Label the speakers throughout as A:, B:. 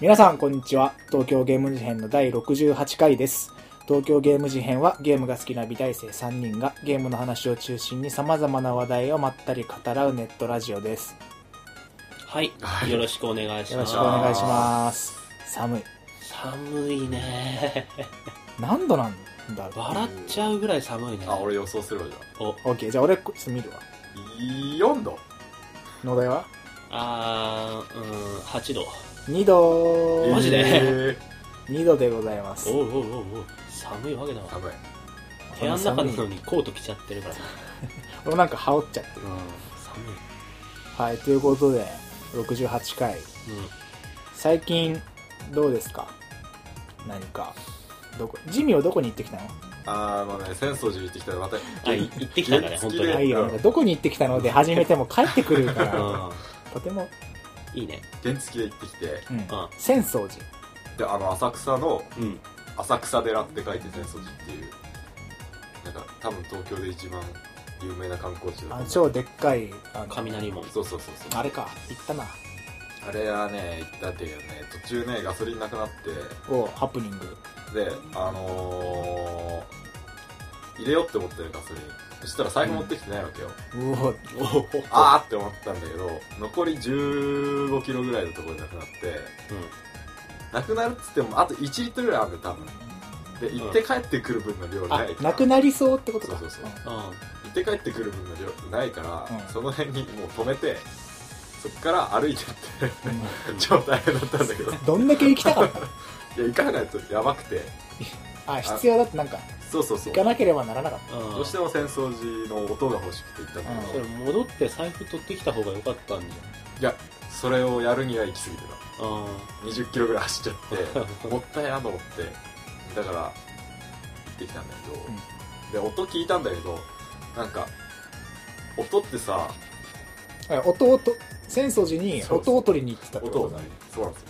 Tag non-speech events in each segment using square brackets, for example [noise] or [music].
A: 皆さんこんにちは東京ゲーム事変の第68回です東京ゲーム事変はゲームが好きな美大生3人がゲームの話を中心に様々な話題をまったり語らうネットラジオです
B: はい、よろしくお願いし
A: よろ
B: ま
A: し
B: す。
A: くお願いします寒い
B: 寒いね。
A: 何度なんだろう
B: 笑っちゃうぐらい寒いね。
C: あ俺予想するわじゃ
A: OK じゃあ俺ちょっと見るわ
C: あ4度
A: 野田は
B: あー、うん、8度。
A: 2度
B: マジで
C: え
A: 2度でございます
B: おうおうおうおう、寒いわけだ
C: ー、
B: わ。
C: 寒い
B: 部屋の中な
A: 寒い
B: のにコート着ちゃってるから。
A: 俺もなんか羽織っちゃって
B: うん、寒
A: はいということで68回
B: い。うん。
A: 最近どうですか何かどこジミーはどこに行ってきたの
C: あーもうね浅草寺行ってきたらまた
B: あ、い行ってきたんだね、
C: 原
B: 本
C: 付
B: 当
C: で
B: に。
C: ん
A: あいいよどこに行ってきたので始めても帰ってくるから
B: う
A: とても
B: ん、いいね。
C: 原付で行ってきて
A: うん
B: うん。
A: 浅草寺
C: であの浅草の
B: うん。
C: 浅草寺って書いて浅草寺っていうなんか多分東京で一番有名な観光地だ
A: あ
C: と思
A: の
C: う
A: 超でっかいあの
B: 雷門。
C: そうそうそうそう
A: あれか行ったな
C: あれはね行ったっていうね途中ねガソリンなくなって
A: おハプニング
C: であのー、入れようって思ってるガソリンそしたら財布持ってきてないわけよ、
A: うお
B: おお。
C: あーって思ったんだけど残り1 5キロぐらいのところでなくなってなくなるっつってもあと1リットルぐらいあるんだよ多分で行って帰ってくる分の量
A: あ
C: ないから
A: なくなりそうってことか
C: そうそうそうん
B: うん。うん。
C: 行って帰ってくる分の量ないから、
A: うん
C: その辺にもう止めてそっから歩いてって [laughs]
A: う
C: 超大変だったんだ
A: [laughs]
C: けどい
A: んどんだけ行きたかったの
C: や行かないとやばくて
A: あ必要だってなんか
C: そうそう
A: 行
C: そう
A: かなければならなかっ
B: うん
C: どうしても浅草寺の音が欲しくて行ったんだけ
B: そ
C: ど、
B: れ戻って財布取ってきた方が良かったんじ
C: いやそれをやるには行き過ぎてた
B: ゃん。うん。
C: 2 0キロぐらい走っちゃって [laughs] もったいなと思ってだから行ってきたんだけど、で音聞いたんだけどなんか音ってさ
A: たえ音をと浅草寺に音を取りに行ってたって
C: 音
A: こ
C: を
A: と
C: ねそうなんですよ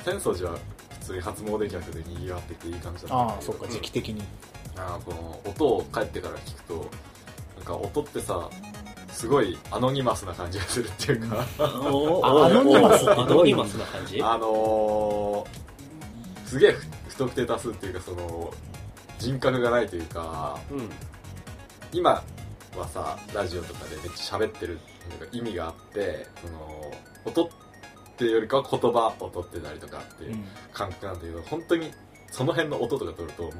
C: 浅草寺は普通に初詣客でにぎわってていい感じだったんだ
A: ああ
C: け
A: そ
C: ど
A: っか
C: ん
A: 時期的に
C: あーこの音を帰ってから聞くとなんか音ってさすごいアノニマスな感じがするっていうか、
B: お
A: あアノニマスってどういう意味
B: アノニマスな感じ
C: あのー、すげえ不不特定多数っていうかその人格がないというか
B: うん。
C: 今はさラジオとかでめっちゃ喋ってるなんか意味があってその音っていうよりかは言葉を取ってたりとかって
A: う
C: いうん感覚なんだけど、本当にその辺の音とか取るともう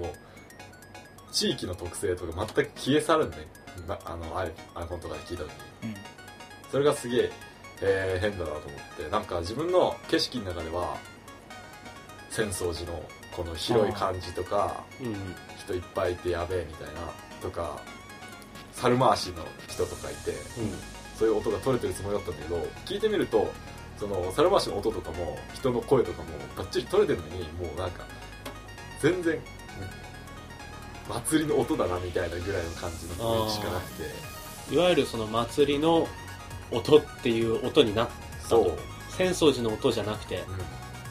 C: 地域の特性とか全く消え去るんだよなあの iPhone とかで聞いた時に
A: うん
C: それがすげええー変だなと思ってなんか自分の景色の中では浅草寺のこの広い感じとか
B: うん。
C: 人いっぱいいてやべえみたいなとか猿回しの人とかいて
B: う
C: そういう音が取れてるつもりだったんだけど聞いてみるとその猿回しの音とかも人の声とかもバッチリ取れてるのにもうなんか全然祭りの音だなみたいなぐらいの感じのイメージしかなくて
B: ん、いわゆるその祭りの音っていう音になっ
C: そう、うん
B: 浅草寺の音じゃなくて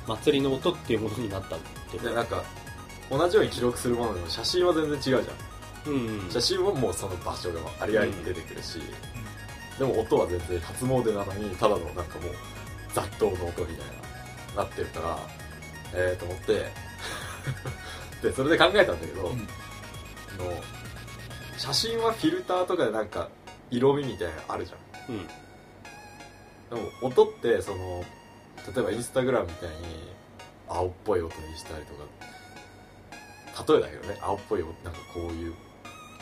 B: 祭りの音っていうものになったって
C: でなんか同じように記録するものでも写真は全然違うじゃん
B: うんうん
C: 写真はもうその場所がありありに出てくるし、でも音は全然初詣なのにただのなんかもう雑踏の音みたいななってるからえー、と思って [laughs] でそれで考えたんだけど、
A: うん
C: あの写真はフィルターとかでなんか色味みたいなのあるじゃん
B: うん
C: でも音ってその例えばインスタグラムみたいに青っぽい音にしたりとか例えだけどね青っぽい音なんかこういう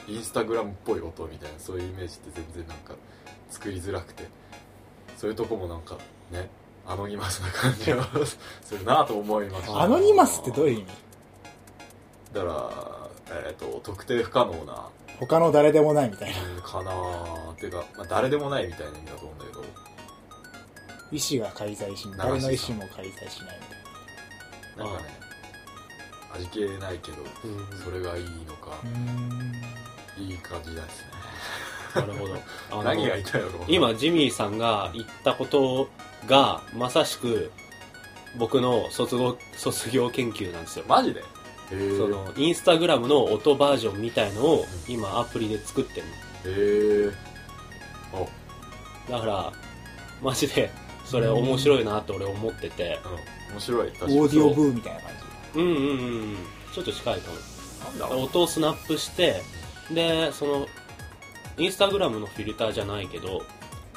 C: インスタグラムっぽい音みたいなそういうイメージって全然なんか作りづらくてそういうとこもなんかねアノニマスな感じが [laughs] するなと思いました
A: アノニマスってどういう
C: う
A: 意味
C: だから、えっと特定不可能な
A: 他の誰でもないみたいな
C: かなーっていうか、まあ、誰でもないみたいな意味だと思うんだけど
A: 意思が介在しない誰の意思も介在しないみたい
C: なんかね味気ないけど
B: うん
C: それがいいのか、
A: ない
C: い感じなんですね。
B: なる
C: [laughs]
B: ほどあの
C: 何が言いたいのか分かんない
B: 今ジミーさんが言ったことがまさしく僕の卒業卒業研究なんですよ
C: マジでへえ
B: そのインスタグラムの音バージョンみたいのを今アプリで作ってるの
C: へえ
B: だからマジでそれ面白いなって俺思ってて
C: うん面白い確か
A: オ
C: に
A: ーディオブーみたいな感
B: うんうんうんうんちょっと近いかも
C: なんだろう
B: 音をスナップしてでそのインスタグラムのフィルターじゃないけど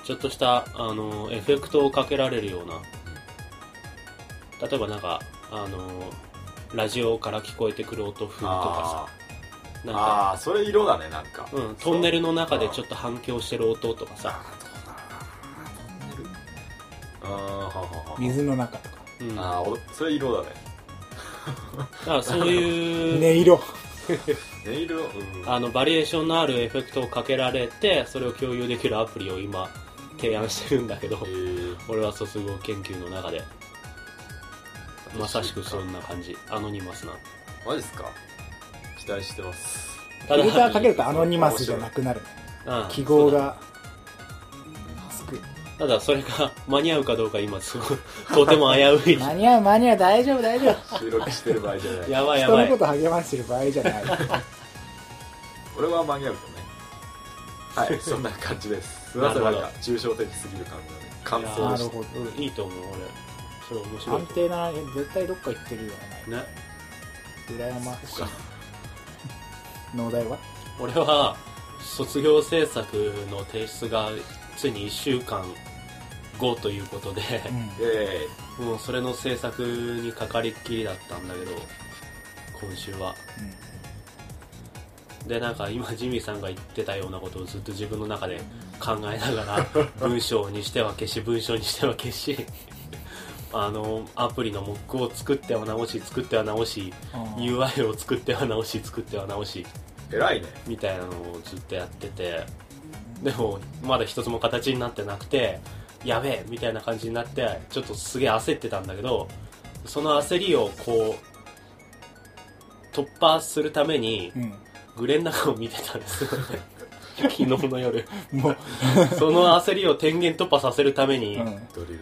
B: ちょっとしたあのエフェクトをかけられるような例えばなんかあのラジオから聞こえてくる音風とか
C: あ
B: さ
C: ー
B: なんか、
C: あーそれ色だねなんか
B: うん、トンネルの中でちょ
C: っ
B: っと反響してる音とかさ、
C: トンネルあーははは
A: じ水の中とか
B: うん、だか
C: ああおそれ色だね
B: らそういう、
A: 音色
C: 音色うん
B: [laughs] あのバリエーションのあるエフェクトをかけられてそれを共有できるアプリを今提案してるんだけど
C: えー
B: 俺は卒業研究の中でまさしくそ
C: うん
B: な感じアノニマスな
C: マジっすか期待してます
A: フ
B: た
A: ィ
B: だ
A: ルターかけるとアノニマスじゃなくなる
B: うん
A: 記号がつく
B: そうだただそれが間に合うかどうか今すごい [laughs] とても危
A: [laughs]
B: うい
A: 間に合う間に合う大丈夫大丈夫
C: 収録してる場合じゃない
B: やばいや
A: 人
B: ば
A: の
B: い
A: こと励ましてる場合じゃない
C: 俺は間に合うとねはいそんな感じですすいません
B: な
C: な
B: る
C: ん
B: ほど
C: か抽象的すぎる感じだね感
B: いや
C: 想
B: ー
A: な
C: で
A: る
C: し
A: ほ
B: うんいいと思う俺それ面
A: ど
B: 白い
A: 安定な絶対どっか行ってるよね
B: ね
A: 羨まし
C: そっか
A: い農大は
B: 俺は卒業制作の提出がついに1週間後ということで、
A: うん
C: たイエーイ
B: もうそれの制作にかかりっきりだったんだけど今週はでなんか今ジミーさんが言ってたようなことをずっと自分の中で考えながら文章にしては消し文章にしては消し [laughs] あのアプリのモックを作っては直し作っては直し
A: うん
B: UI を作っては直し作っては直し
C: 偉いね
B: みたいなのをずっとやっててでもまだ一つも形になってなくてやべえみたいな感じになってちょっとすげえ焦ってたんだけどその焦りをこう突破するために
A: うん
B: グレン・ラガンを見てたんですよね昨日の夜
A: もう、
B: その焦りを天元突破させるために、
A: うん、
C: ドリル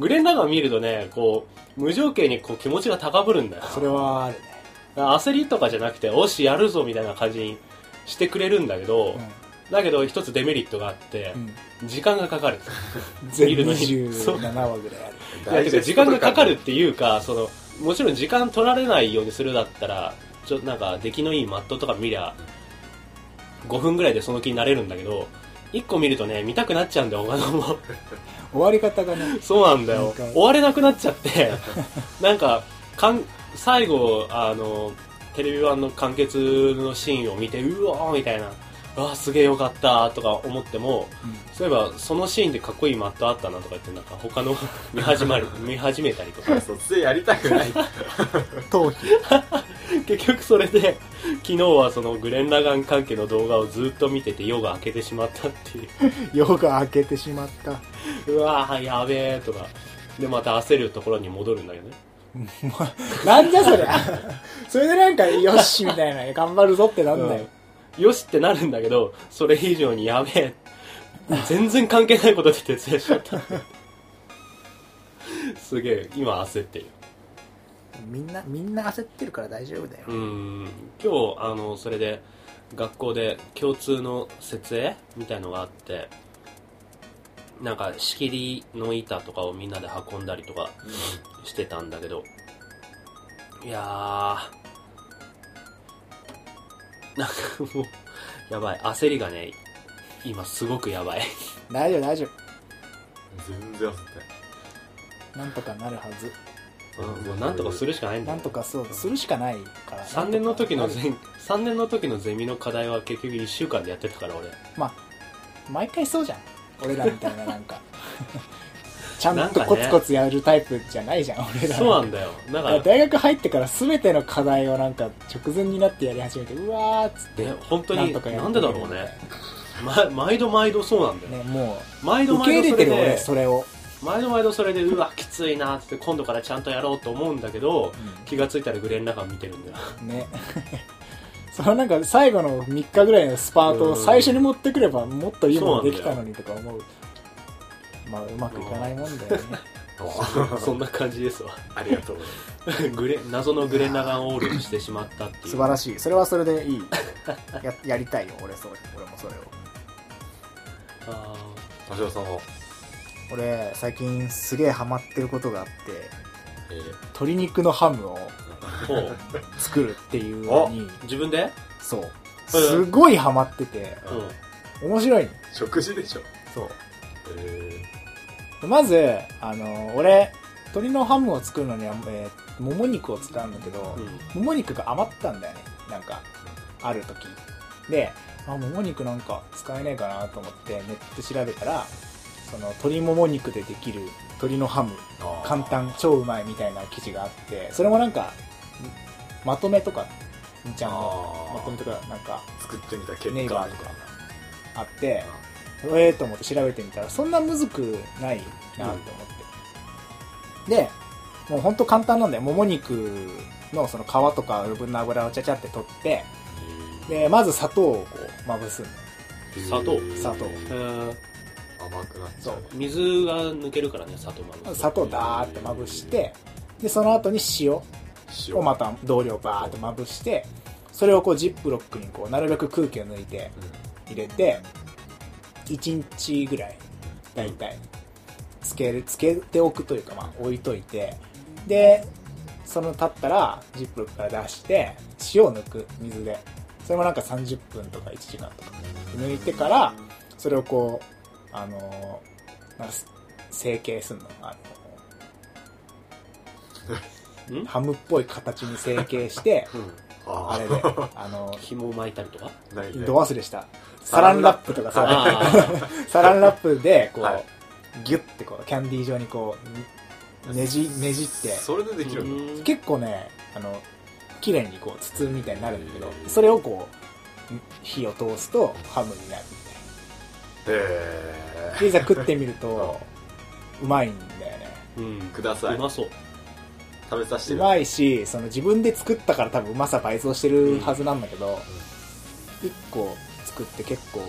B: グレン・ラガンを見るとねこう無条件にこう気持ちが高ぶるんだよ
A: それはあるね、
B: 焦りとかじゃなくておしやるぞみたいな感じにしてくれるんだけど、だけど一つデメリットがあって
A: う、ん
B: 時間がかかる
A: うん、全
B: 見るのにそう
A: 27話ぐらいある
B: いやてか時間がかかるっていうかそのもちろん時間取られないようにするだったらちょなんか出来のいいマットとか見りゃ5分ぐらいでその気になれるんだけど1個見るとね見たくなっちゃうんだよ他の [laughs] も
A: 終わり方がね
B: そうなんだ
A: な
B: よ
A: んか
B: 終われなくなっちゃってなんかかん最後あのテレビ版の完結のシーンを見てうわーみたいなうわーすげえよかったとか思ってもそういえばそのシーンでかっこいいマットあったなとか言ってなんか他の見始まる [laughs] 見始めたりとか
C: 卒業やりたくない
A: 頭皮
B: [laughs] 結局それで昨日はそのグレン・ラガン関係の動画をずっと見てて夜が明けてしまったってい
A: [laughs] 夜が明けてしまった
B: [laughs] ううわーやべえとかでまた焦るところに戻るんだけどね
A: なんじゃそりゃ [laughs] それでなんかよしみたい [laughs] な頑張るぞってなんだよ、
B: よしってなるんだけどそれ以上にやべえ全然関係ないことで徹夜しちゃったすげえ今焦ってる
A: みんなみんな焦ってるから大丈夫だよ
B: う、ん今日あのそれで学校で共通の設営みたいのがあってなんか仕切りの板とかをみんなで運んだりとかしてたんだけどいやーなんかもうやばい焦りがね今すごくやばい
A: 大丈夫大丈
C: 全然焦って
A: 夫なんとかなるはず
C: ない
B: もうなんとかするしかないんだ
A: な
B: よ
A: んとかそうするしかないから
B: 3年の時の
A: なんとか
B: ゼミ3年の時のゼミの課題は結局1週間でやってたから俺
A: まあ毎回そうじゃん俺らみたいななん [laughs] かちゃ
B: なん
A: ん
B: か
A: とコ
B: ね
A: ツコツやるタイプじゃないじゃん俺ら
B: そうなんだよだから
A: 大学入ってから全ての課題をなんか直前になってやり始めてうわーっつって
B: ね、本当
A: なん
B: に
A: とかや
B: なんでだろうね、ま、毎度毎度そうなんだよ、
A: ねも
B: 毎
A: う
B: 度
A: 受け
B: 毎
A: 入れ
B: 度そ
A: て
B: れ
A: る俺
B: で
A: それを、
B: 毎度毎度それでうわきついなっつって今度からちゃんとやろうと思うんだけど気がついたらグレン・ラガン見てるんだよ
A: ね [laughs] そのなんか最後の3日ぐらいのスパートを最初に持ってくればもっといいものできたのにとか思うまあうまくいかないもんだよね
B: [laughs] そんな感じですわ
C: ありがとうござい
B: グレ謎のグレン・ラガンオールにしてしまったっていう
A: [laughs] 素晴らしいそれはそれでいいや [laughs] やりたいよ俺そう俺もそれを
B: あ
C: ます橋尾さんは
A: 俺最近すげえハマってることがあって
C: えー
A: 鶏肉のハムを
B: ほう
A: 作るっていうのに
B: 自分で
A: そうすごいハマってて
B: うん
A: 面白いの
C: 食事でしょ
A: そう
C: え
A: まず、あの、俺、鶏のハムを作るのには、えーもも肉を使うんだけど、もも肉が余ったんだよね。なんか、ある時。で、あ、もも肉なんか使えねえかなと思って、ネット調べたら、その、鶏もも肉でできる鶏のハム、
C: ー
A: 簡単、超うまいみたいな記事があって、それもなんか、まとめとか、みちゃんのま
C: あ
A: とめとか、なんか、
C: ー作ってみた結果
A: ネイ
C: みたい
A: バ
C: な
A: ーとかあって、ええと思って調べてみたらそんなむずくないなと思って、でもうほんと簡単なんだよもも肉のその皮とか余分な油をちゃちゃって取ってでまず砂糖をこうまぶすんだよ
C: えー
B: 砂糖
A: 砂糖
B: えー
C: 甘くなっちゃう
B: 水が抜けるからね砂糖まぶすと
A: 砂糖をダーってまぶしてでその後に塩を
C: 塩
A: また同量バーってまぶしてそれをこうジップロックにこうなるべく空気を抜いて
C: うん
A: 入れて1日ぐらい大体つけるつけておくというか、まあ、置いといてでその経ったらジップロックから出して塩を抜く水でそれもなんか30分とか1時間とか抜いてからそれをこうあのーなんか成形するのあの
B: ん
A: ハムっぽい形に成形して [laughs]
C: あ
A: あれであのー
B: 紐を巻いたりとか
C: ーないね
A: ど忘れしたサランラップとかさ
B: あ
A: [laughs] サランラップでこう、
C: はい
A: ギュッてこうキャンディー状にこうねじねじって
C: それで
A: [laughs]
B: ー
C: できるんだ
B: うん
A: 結構ねあの綺麗にこう包むみたいになるんだけど
C: へー
A: それをこうん火を通すとハムになるみたい
C: え
A: なでいざ食ってみる [laughs] とうまいんだよね
B: うん
C: ーくださいう
B: まそう
C: 食べさせて
A: う
C: くださ
A: まいしその自分で作ったから多分うまさ倍増してるはずなんだけど、1個作って結構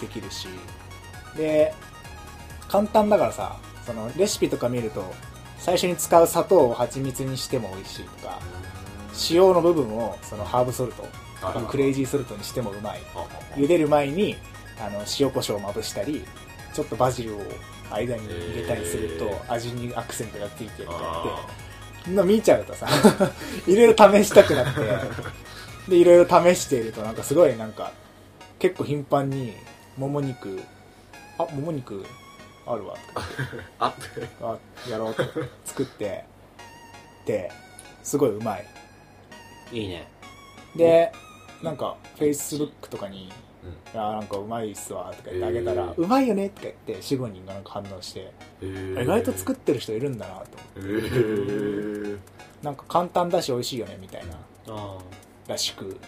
A: できるしで簡単だからさそのレシピとか見ると最初に使う砂糖を蜂蜜にしても美味しいとか塩の部分をそのハーブソルト
C: あら
A: クレイジーソルトにしてもうまい
C: あ
A: 茹でる前にあの塩コショウをまぶしたりちょっとバジルを間に入れたりする
C: へ
A: と
C: ー
A: 味にアクセントがついてるとかって
C: あ
A: そんな見ちゃうとさ [laughs] いろいろ試したくな
C: [laughs]
A: ってでいろいろ試しているとなんかすごいなんか結構頻繁にもも肉あもも肉あるわ
C: ーあって
A: あやろう
C: [laughs]
A: と作ってですごいうまい
B: いいね
A: でなんかフェイスブックとかに
C: う
A: 「
C: ん
A: あなんかうまいっすわ」とか言ってあげたら
C: へ
A: 「
C: ー
A: うまいよね」とか言って45人がなんか反応して
C: えー
A: 意外と作ってる人いるんだなと思って
C: えー
A: なんか簡単だし美味しいよねみたいな
B: ああ
A: らしく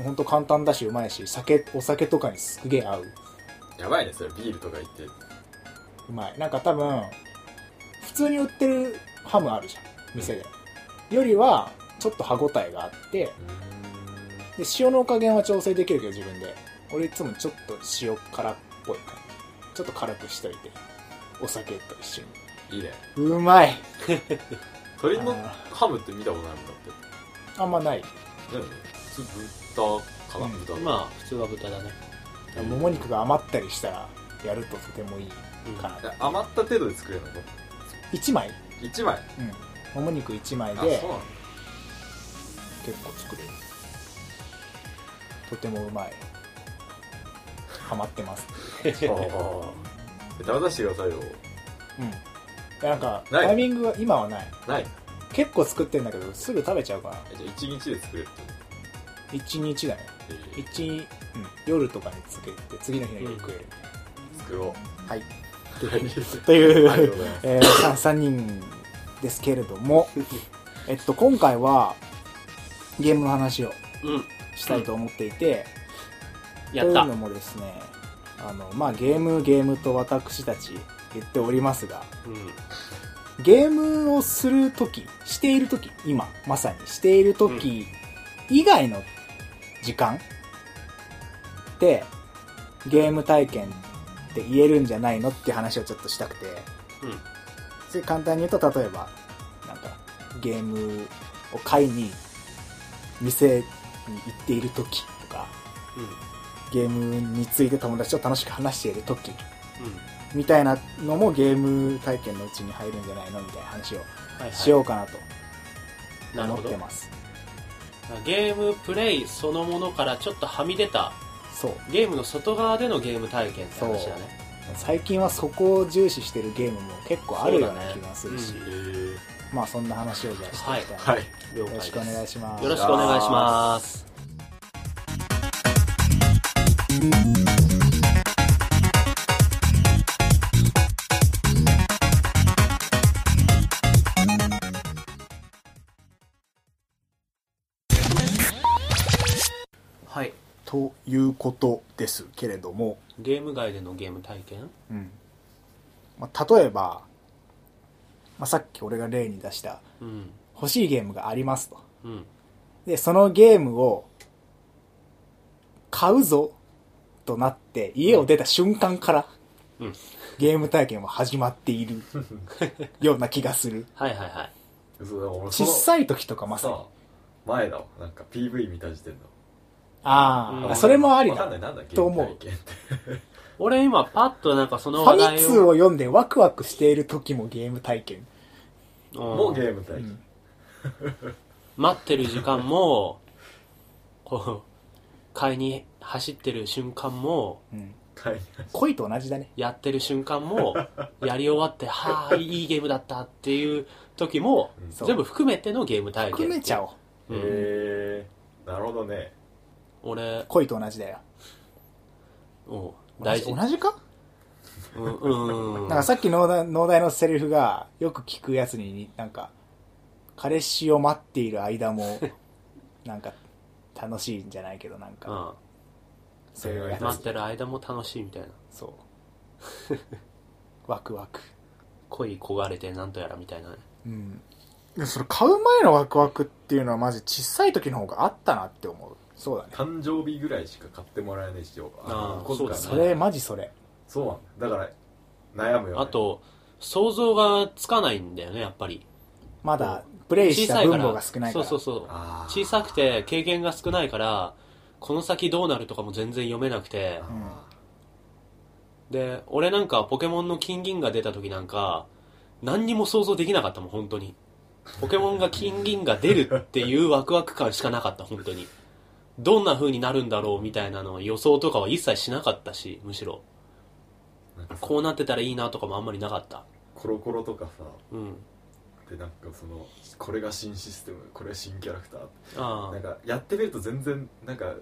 A: ほんと簡単だしうまいし酒お酒とかにすげえ合う
C: やばいねそれビールとか行って
A: うまいなんか多分普通に売ってるハムあるじゃん店でよりはちょっと歯ごたえがあってで塩の加減は調整できるけど自分で俺いつもちょっと塩辛っぽい感じちょっと辛くしといてお酒と一緒
C: いいね
A: にうまい
C: 鶏のハムって見たことないもんだって
A: あんまない
C: 何普通豚かな
A: うん
C: 豚
B: まあ普通は豚だね
A: もも肉が余ったりしたらやるととてもいいかな
C: え余った程度で作れるの
A: 1枚
C: 一枚
A: うんもも肉1枚
C: あ
A: で
C: そうなんだ
A: [laughs] 結構作れるとてもうまいハマってます
C: ああ食べさせてくださいよ
A: うんなんか
C: ない
A: タイミングが今はない
C: ない
A: 結構作ってんだけどすぐ食べちゃうから
C: えじゃあ一日で作れるってこ
A: 1日だね
C: とえー
A: 1、うん、夜とかにつけて次の日の夜食える、
C: 作ろ
A: はい。
C: うはい
A: という、
C: ありがとうございます
A: えー、3, 人ですけれど
C: [laughs]
A: も、えっと、今回はゲームの話を
B: うん
A: したいと思っていて、
B: やっ
A: とい
B: た
A: うのもですね、あの、まあ、ゲーム、ゲームと私たち言っておりますが、
B: うん
A: ゲームをするとき、しているとき、今、まさにしているとき以外の時間って、ゲーム体験って言えるんじゃないのって話をちょっとしたくて、
B: うん
A: それ簡単に言うと、例えば、なんか、ゲームを買いに、店に行っているときとか、
B: うん
A: ゲームについて友達と楽しく話しているとき
B: う
A: みたいなのもゲーム体験のうちに入るんじゃないのみたいな話を
B: はい
A: しようかなと
B: なる
A: 思
B: ほ
A: っ
B: ど
A: てます、
B: ゲームプレイそのものからちょっとはみ出た
A: そう
B: ゲームの外側でのゲーム体験って話だね
A: 最近はそこを重視してるゲームも結構あるような
B: そうだね
A: 気がするし、
B: うん
C: え
A: まあそんな話をじゃあしていきたいな
C: はい
B: 了
A: よろ
B: 解で
A: し
B: す
A: くお願いします
B: よろしくお願いしますはい
A: ということですけれども、
B: ゲーム外でのゲーム体験
A: うんまあ、例えば、まあ、さっき俺が例に出した
B: うん
A: 欲しいゲームがありますと
B: うん
A: でそのゲームを買うぞとなって家を出た瞬間から、
B: うん
A: ゲーム体験は始まっているような気がす
B: [laughs]
A: る
B: はいはいはい
C: そうだから俺そ
A: 小
C: の
A: さい時とかまさに
C: さ前だわなんか PV 見た時点だ
A: ああ、
B: うん
A: それもあり
C: わかん
A: だ
C: ないなんだゲ
A: と
C: ー
A: 思
C: ム
A: う
C: 体験って
B: 俺今パッとなんかそ
A: フ
B: の話
A: ァミ
B: 題
A: 通
B: を
A: を読んでワクワクしている時もゲーム体験、
C: もうゲ
B: ム
C: ーム体
A: う
C: 験、
A: ん
B: 待ってる時間も、こう、買いに走ってる瞬間も、
A: うん、
C: 買いに
A: 恋と同じだね
B: やってる瞬間
A: [laughs]
B: も、やり終わって、はあ、いいゲームだったっていう時も、
C: うん
A: そう
B: 全部含めてのゲーム体験。
A: 含めちゃおう
B: うん
C: へえなるほどね
B: 俺、
A: 恋と同じだよ
B: おう
A: 同
B: 大
A: じ
B: 事。
A: 同じか、
B: うん、う
A: [laughs]
B: ん。
A: なんかさっき農大農大のセリフがよく聞くやつになんか彼氏を待っている間 [laughs] もなんか楽しいんじゃないけどなん
B: う
A: か、
B: ん
A: そういうやつ、
B: 待ってる間も楽しいみたいな。
A: そう [laughs] ワクワク
B: 恋焦がれてなんとやらみたいなね。
A: うんでもそれ買う前のワクワクっていうのはマジ小さい時の方があったなって思うそうだね
C: 誕生日ぐらいしか買ってもらえないしよ
B: あー
C: お小遣いも
B: そ
A: そう
B: だね
A: れマジそれ
C: そうなんだだから悩むよ、ね、
B: あと、想像がつかないんだよね、やっぱり。
A: まだプレイした分母が少ないから
B: そうそうそう。
C: あー
B: 小さくて経験が少ないからこの先どうなるとかも全然読めなくて
C: あ
B: で俺なんかポケモンの金銀が出た時なんか何にも想像できなかったもん本当にポケモンが金銀が出るっていうワクワク感しかなかった本当にどんな風になるんだろうみたいなの予想とかは一切しなかったしむしろ
C: ーなんかさ
B: こうなってたらいいなとかもあんまりなかった
C: コロコロとかさ
B: うん
C: でなんかそのこれが新システムこれ新キャラクター
B: あ
C: な
B: あ
C: んかやってみると全然なんか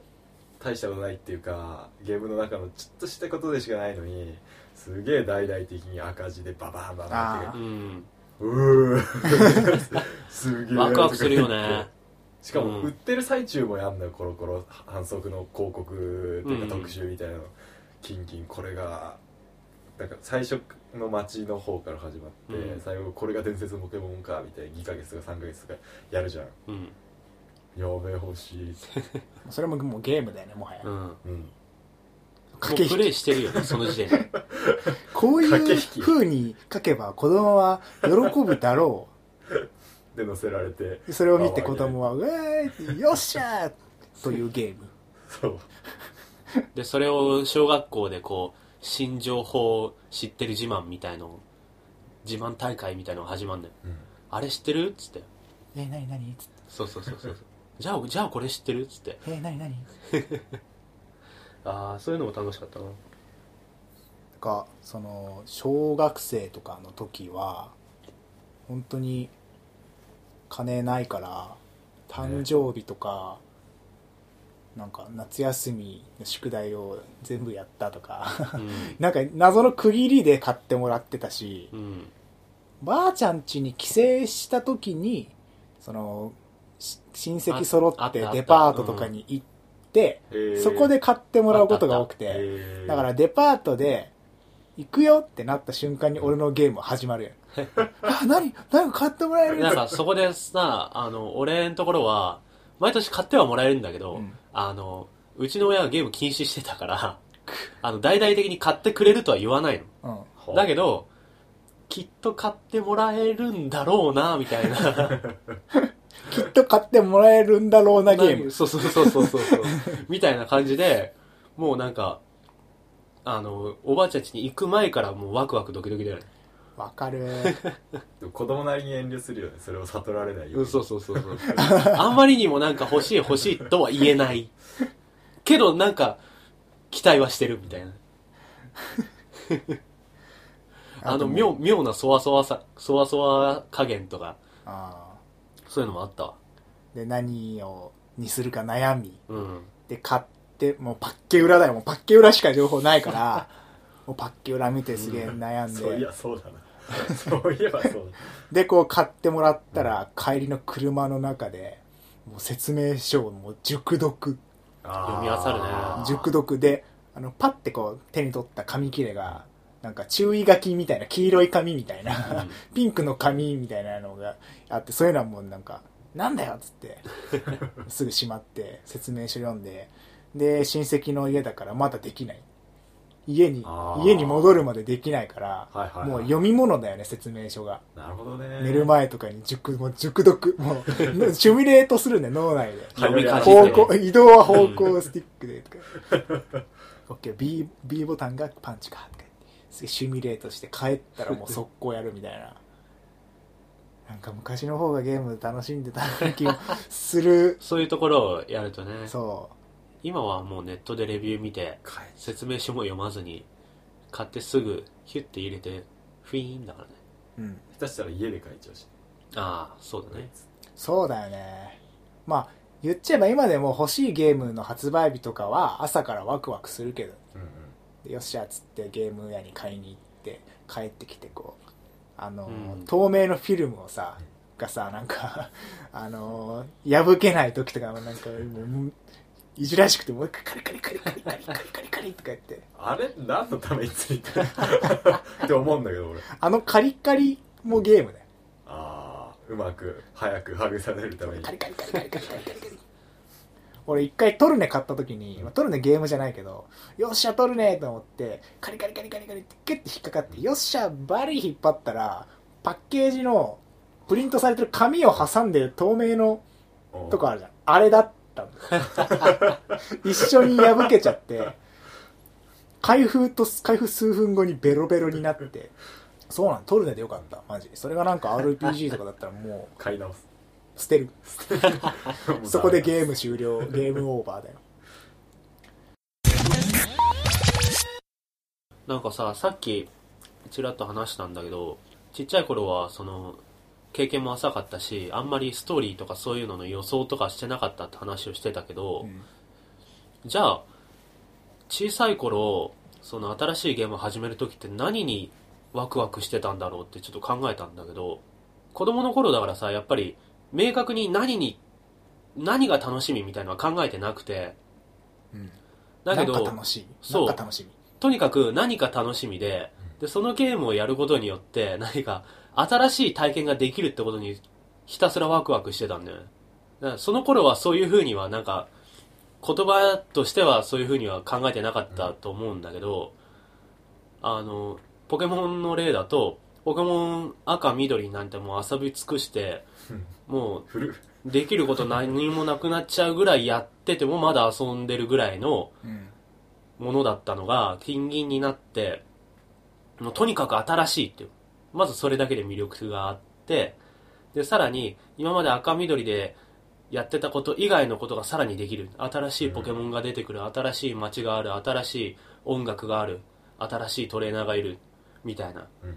C: 大したことないっていうかゲームの中のちょっとしたことでしかないのにすげえ大々的に赤字でババンババンっ
A: あ
C: て
B: うん
C: うーすげ
B: [laughs]
C: え
B: ワクワクする
A: [laughs]
B: よね
C: しかも
B: うん
C: 売ってる最中もやんのよコロコロ反則の広告と
B: う
C: か
B: ん
C: 特集みたいなの、キンキンこれがなんか最初の街の方から始まって、
B: うん
C: 最後これが伝説のポケモンかみたいな2ヶ月とか3ヶ月とかやるじゃん
B: うん
C: やべえ欲し
B: [laughs]
C: い、
A: それももうゲームだよねもはや、
B: うんも
C: うん、
A: 駆
B: う
A: け引
B: プレ
A: き
B: イしてるよねその時点で
A: こういう
C: 駆け引き
A: 風に書けば子供は喜ぶだろ
C: で載せられて
A: うそれを見て子供は「うえーいよっしゃー!」というゲーム
C: そう
B: でそれを小学校でこう新情報を知ってる自慢みたいの自慢大会みたいのが始まるのよ
C: うん
B: あれ知ってるっつって
A: [laughs] 「えー、なになに?」つって
B: そうそうそうそうじゃあじゃあこれ知ってるっつって
A: 「えー、なになに?」
B: ああそういうのも楽しかったな
A: かその小学生とかの時は本当に金ないから誕生日とか、なんか夏休みの宿題を全部やったとか [laughs]
B: う
A: なんか謎の区切りで買ってもらってたし、
B: ん、うん、
A: ばあちゃん家に帰省した時にそのし親戚揃
B: ああ
A: っ
B: った
A: て
B: あった
A: デパートとかに行って
C: えー
A: そこで買ってもらうことが多くて
C: えー
A: だからデパートで行くよってなった瞬間に俺のゲーム始まるや
B: [laughs]
A: んあ何何か買ってもらえる
B: なんかそこでさあの俺のところは毎年買ってはもらえるんだけど、
A: うん
B: あのうちの親はゲーム禁止してたから [laughs] あの大々的に買ってくれるとは言わないの
A: うん
B: だけど、きっと買ってもらえるんだろうな、みたいな。
A: きっと買ってもらえるんだろうなゲーム
B: [laughs] そうそうそうそうそうそう。みたいな感じで、もうなんか、あの、おばあちゃん家に行く前からもうワクワクドキドキだよね。
A: わかる。
C: でも子供なりに遠慮するよねそれを悟られないよ
B: う、
C: うんに
B: そうそうそうそう。 [laughs] あんまりにもなんか欲しい欲しいとは言えない。けどなんか、期待はしてるみたいな。 [laughs] あの、妙、妙なそわそわさ、そわそわ加減とか、
A: あ
B: そういうのもあったわ。
A: ーで、何を、にするか悩み。
B: うん。
A: で、買って、もうパッケ裏だよ。もうパッケ裏しか情報ない
C: [laughs]
A: から、もうパッケ裏見てすげえ悩ん
C: そうい
A: で。
C: やそうだな [laughs] そういえばそう [laughs]
A: で、こう買ってもらったら、帰りの車の中で、もう説明書をもう熟読。
C: だ
B: 読み漁るねあ
A: 熟読で、あの、パッてこう手に取った紙切れが、なんか注意書きみたいな、黄色い紙みたいな、ピンクの紙みたいなのがあって、そういうのはもうなんか、なんだよっつ
C: [laughs]
A: って、すぐしまって、説明書読んで、で、親戚の家だからまだできない。家に
C: あ、ー
A: 家に戻るまでできないから、
C: はいはいはい
A: もう読み物だよね、説明書が。
C: なるほどね
A: 寝る前とかに熟、もう熟読、もう、
C: [laughs]
A: シミュレートするんだよ、脳内で。
B: 読み返し
A: 方
B: て
A: 向、
B: ね。。
A: 移動は方向スティックでとか。 [laughs] オッケー、B、B ボタンがパンチか。とかすげえシミュレートして帰ったらもう速攻やるみたいな。なんか昔の方がゲーム楽しんでた気もする
B: [laughs] そういうところをやるとね、
A: そ
B: 今はもうネットでレビュー見て、
C: はい
B: 説明書も読まずに、買ってすぐ、ヒュッて入れて、フィーンだからね。
A: う。うん。
C: 下手したら家で書いちゃうし
B: ああ、そうだね。
A: そうだよね。まあ、言っちゃえば今でも欲しいゲームの発売日とかは朝からワクワクするけど、
C: うんうん
A: でよっしゃっつってゲーム屋に買いに行って帰ってきてこうあのー、
B: うん
A: 透明のフィルムをさがさなんか [laughs] あのー破けない時とかもなんかもうむいじらしくてもう一回カリカリカリカリカリカリカリカリとか言って
C: あれ何のためについ
A: [laughs]
C: てるって思うんだけど俺
A: あのカリカリもゲームだよ
C: ああうまく早くハグされるために
A: カリカリカリカリカリカリカリカリ俺一回トルネ買った時に、まあトルネゲームじゃないけど、よっしゃトルネと思って、カリカリカリカリカリってキュッて引っかかって、よっしゃバリ引っ張ったら、パッケージのプリントされてる紙を挟んでる透明の
C: うん
A: とこあるじゃん。あれだったんだ一緒に破けちゃって、開封と、開封数分後にベロベロになって、そうなん、トルネでよかった、マジ。それがなんか RPG とかだったらも
C: 買い直す
A: う捨てる。
C: もうダメだ
A: そこでゲーム終了、ゲームオーバーだよ。
B: なんかさ、さっき、ちらっと話したんだけど、ちっちゃい頃は、その、経験も浅かったし、あんまりストーリーとかそういうのの予想とかしてなかったって話をしてたけど、じゃあ、小さい頃、その新しいゲームを始めるときって何にワクワクしてたんだろうってちょっと考えたんだけど、子供の頃だからさ、やっぱり明確に何に、何が楽しみみたいなのは考えてなくて、
A: うん
B: だけど、
A: なんか楽しい。
B: そう
A: なんか楽しみ。
B: とにかく何か楽しみででそのゲームをやることによって何か新しい体験ができるってことにひたすらワクワクしてたんだよねだからその頃はそういう風にはなんか言葉としてはそういう風には考えてなかったと思うんだけど、あのポケモンの例だとポケモン赤緑なんてもう遊び尽くして
C: うん
B: もう
C: 古っ
B: できること何もなくなっちゃうぐらいやっててもまだ遊んでるぐらいの
A: うん。
B: ものだったのが金銀になってもうとにかく新しいっていうまずそれだけで魅力があってでさらに今まで赤緑でやってたこと以外のことがさらにできる新しいポケモンが出てくる新しい街がある新しい音楽がある新しいトレーナーがいるみたいな
C: うんうん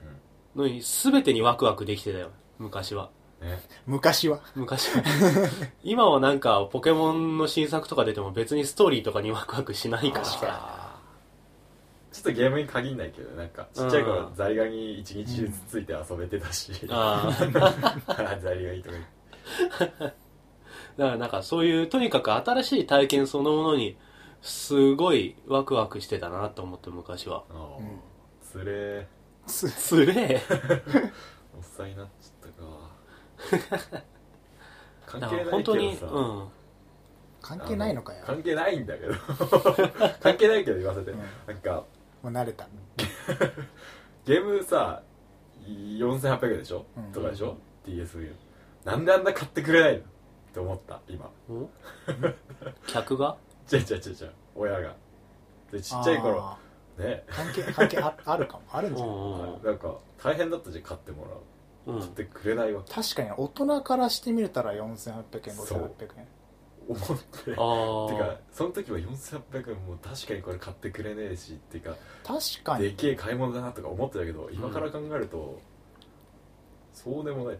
B: のに全てにワクワクできてたよ昔は
C: ね
A: 昔は。
B: 昔は今はなんかポケモンの新作とか出ても別にストーリーとかにワクワクしないからさ
C: あーちょっとゲームに限んないけどなんかちっちゃい頃ザリガニ一日ずつついて遊べてたし、
B: あー
C: [laughs] ザリガニとか言って
B: だからなんかそういうとにかく新しい体験そのものにすごいワクワクしてたなと思って昔は
C: あ
A: う
C: ー
A: ん
C: つれー
A: す
B: つれえ
C: おっさんになっちゃ
B: だか
C: ったか関係
B: ら
C: ない
B: 本
C: け
B: 当
C: ど
B: に
C: さ、
B: うん
A: 関係ないのかよ
C: あ。関係ないんだけど [laughs] 関係ないけど言わせて、
A: うん
C: なんか
A: もう慣れた。
C: ゲームさ4800円でしょ、
A: うん
C: とかでしょ DS ゲームなんであんな買ってくれないのって思った今
B: お客が
C: 違う違う違う違う親がでちっちゃい頃
A: あ
C: ね
A: 関係関係ああるかもあるんじゃない
C: なんか大変だったじゃん買ってもらう
B: うん
C: 買ってくれないわ
A: 確かに大人からしてみれたら4800円
C: そう
A: 5800円
C: 思って
B: あ
C: て
B: ー
C: かその時は4800円もう確かにこれ買ってくれねえしっていうか
A: 確か
C: で
A: に
C: けえ買い物だなとか思ってたけど今から考えると、そうでもない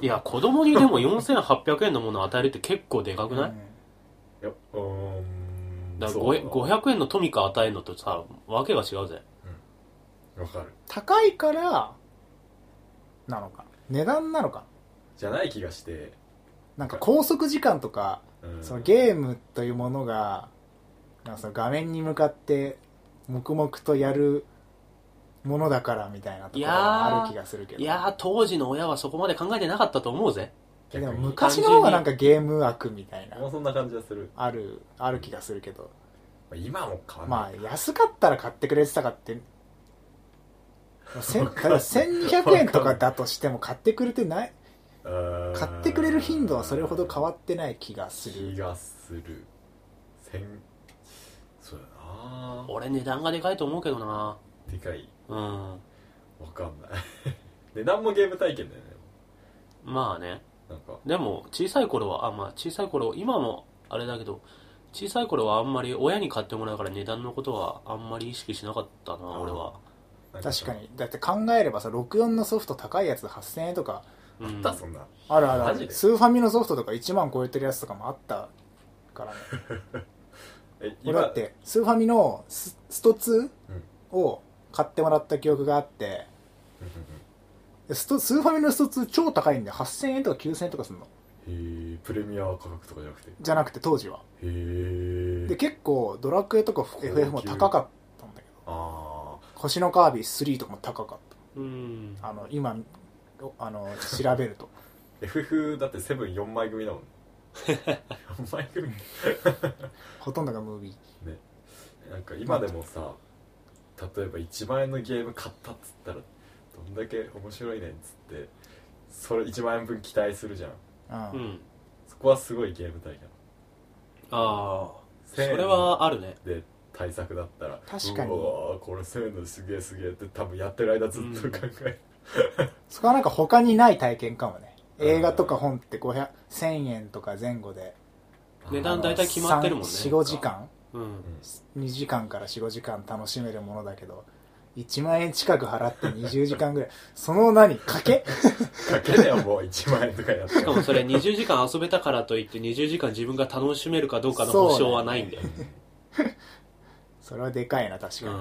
B: いや子供にでも4800円のものを与えるって結構でかくない、
A: うん
C: いやうーん
B: だから
C: そう
B: 500 500円のトミカ与えるのとさわけが違うぜ
C: わかる
A: 高いからなのか値段なのか
C: じゃない気がして、
A: なんか拘束時間とか
C: うん、
A: そのゲームというものがなんかその画面に向かって黙々とやるものだからみたいなところがある気がするけど
B: いやー当時の親はそこまで考えてなかったと思うぜ
A: で
C: 逆
A: も
C: に
A: 昔の方がなんかゲーム悪みたいな
C: もうそんな感じがする、
A: あるある気がするけど
C: まあ今も買わない、
A: まあ安かったら買ってくれてたかってせんだから1200円とかだとしても買ってくれてないう
C: ーん
A: 買ってくれる頻度はそれほど変わってない気がす
C: 気
A: る
C: がするせんそうだな
B: 俺値段がでかいと思うけどな
C: でかい
B: うん
C: わかんない [laughs] で何もゲーム体験だよね
B: まあね
C: なんか
B: でも小さい頃はあまあ小さい頃今もあれだけど小さい頃はあんまり親に買ってもらうから値段のことはあんまり意識しなかったな
C: ー
B: 俺は
C: なん
A: 確かにだって考えればさ64のソフト高いやつ8000円とか
B: う
C: あ
B: ん
C: ったそんな
A: あるあるあ
C: マジ
A: る
C: で
A: スーファミのソフトとか1万超えてるやつとかもあった
C: [laughs]
A: からね
C: え
A: 俺だってスーファミのススト2を買ってもらった記憶があって
C: うんうん
A: ストスーファミのスト2超高いんで8000円とか9000円とかするの
C: うんへえプレミア価格とかじゃなくてへ
A: じゃなくて当時は
C: え
A: で結構ドラクエとか FF も高かったんだけど
C: あ
A: 星のカービィ3とかも高かっ
B: うん
A: たあの今おあの調べると [laughs]
C: あ FF だって74枚組だもん4枚組
A: ほとんどがムービー
C: なんか今でもさ例えば1万円のゲーム買ったっつったらどんだけ面白いねんっつってそれ1万円分期待するじゃん
A: うん
B: うん
C: そこはすごいゲーム体験
B: ああそ
C: 1000円
B: れはあるね
C: で対策だったら
A: 確かに
C: うわーこれ1000円のすげえすげえって多分やってる間ずっと考え
A: そこはなんか他にない体験かもね
C: うん
A: 映画とか本って500 1000円とか前後で
B: 値段
A: だ
B: 大
A: い
B: 体決まってるもんね
A: 45時間
B: うん
A: 2時間から45時間楽しめるものだけど1万円近く払って20時間ぐらい [laughs] その何賭け [laughs]
C: かけだよもう1万円とかやって
B: しかもそれ20時間遊べたからといって20時間自分が楽しめるかどうかの保証はないんだよ
A: それはでかいな確か
B: う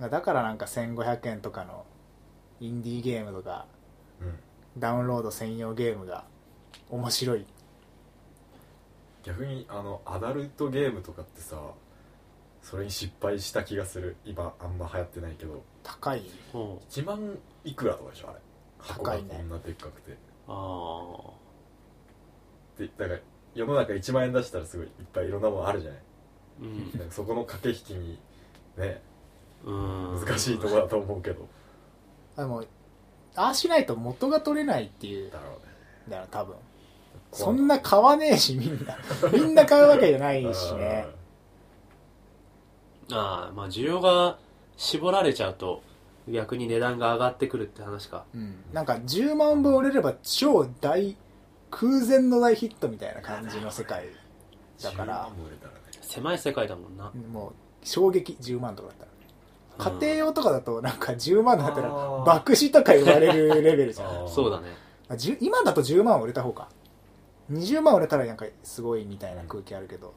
A: に、
B: ん
A: だからなんか1500円とかのインディーゲームとか
C: うん
A: ダウンロード専用ゲームが面白い
C: 逆にあのアダルトゲームとかってさそれに失敗した気がする今あんま流行ってないけど
A: 高い
B: うん
C: 1万いくらとかでしょあれ箱
A: 高
C: が
A: いね
C: こんなでっかくて、
B: ああ
C: でだから世の中1万円出したらすごいいっぱいいろんなものあるじゃない
B: うん
C: なんかそこの駆け引きにね
B: うん
C: 難しいところだと思うけど
A: でもああしないと元が取れないっていう
C: だろうね
A: だから多分そんな買わねえしみんなみんな買うわけじゃないしね
B: ああまあ需要が絞られちゃうと逆に値段が上がってくるって話か
A: うんなんか10万本売れれば超大空前の大ヒットみたいな感じの世界だから
C: 10万も売れたらね
B: 狭い世界だもんな
A: もう衝撃10万とかだったら家庭
B: 用
A: 用とかだとなんか10万だったら
C: あー
A: 爆死とか言われるレベルじゃん
C: あー
B: そうだね
A: あ10今だと10万は売れた方か20万売れたらなんかすごいみたいな空気あるけど、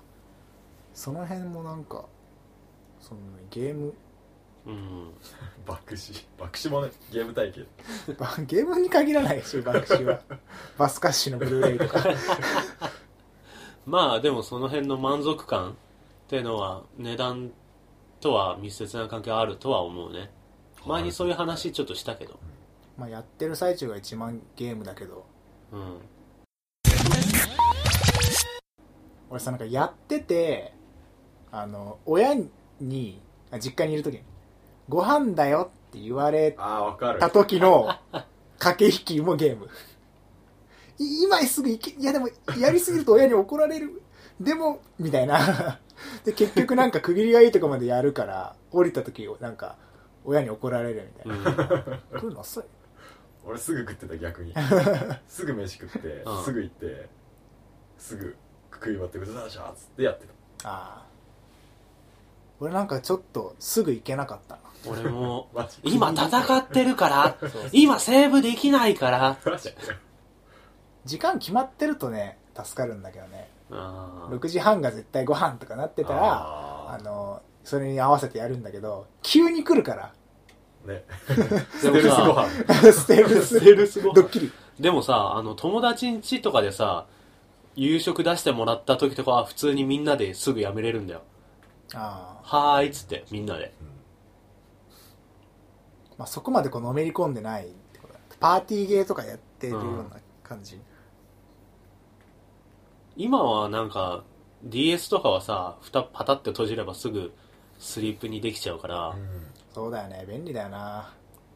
A: その辺もなんかそのゲーム [laughs]
B: うん
C: 爆死爆死もねゲーム体験
A: まあゲームに限らないし爆死はバスカッシュのブルーレイとか
B: まあでもその辺の満足感っていうのは値段とは密接な関係あるとは思うね前にそういう話ちょっとしたけど
A: まあやってる最中が1万ゲームだけど
B: うん
A: 俺さなんかやっててあの親にあ実家にいる時に「ご飯だよ」って言われ
C: ああわかる
A: た時の駆け引きもゲーム。い今すぐ行け、いやでも、やりすぎると親に怒られる。でも、みたいな。で結局なんか区切りがいいとこまでやるから降りた時なんか親に怒られるみたいな [laughs] 食うの遅い
C: 俺すぐ食ってた逆
A: [laughs]
C: にすぐ飯食って
B: うん
C: すぐ行ってすぐ食い終わってごちそうさまでしたっつってやってた
A: ああ俺なんかちょっとすぐ行けなかった
B: 俺も、
C: マジ
B: 今戦ってるから、
A: なそう
B: 今セーブできないから、
C: マジかよ
A: 時間決まってるとね助かるんだけどね
B: あー
A: 6時半が絶対ご飯とかなってたらあ
C: あ
A: のそれに合わせてやるんだけど急に来るから
B: [laughs]
C: ーね
B: で
C: ス
B: も
C: テルスご
B: さ
C: 飯
A: ステルス
B: ステルスご飯
A: ドッキリ
B: でもさ、あの、友達ん家とかでさ、夕食出してもらった時とかは普通にみんなですぐやめれるんだよ。
A: ああ
B: はーいっつって、みんなで。
A: まあ、そこまでこうのめり込んでないってことだパーティーゲーとかやってるような感じ、
B: 今はなんか、DS とかはさ、蓋パタって閉じればすぐスリープにできちゃうから
C: う、ん
A: そうだよね便利だよな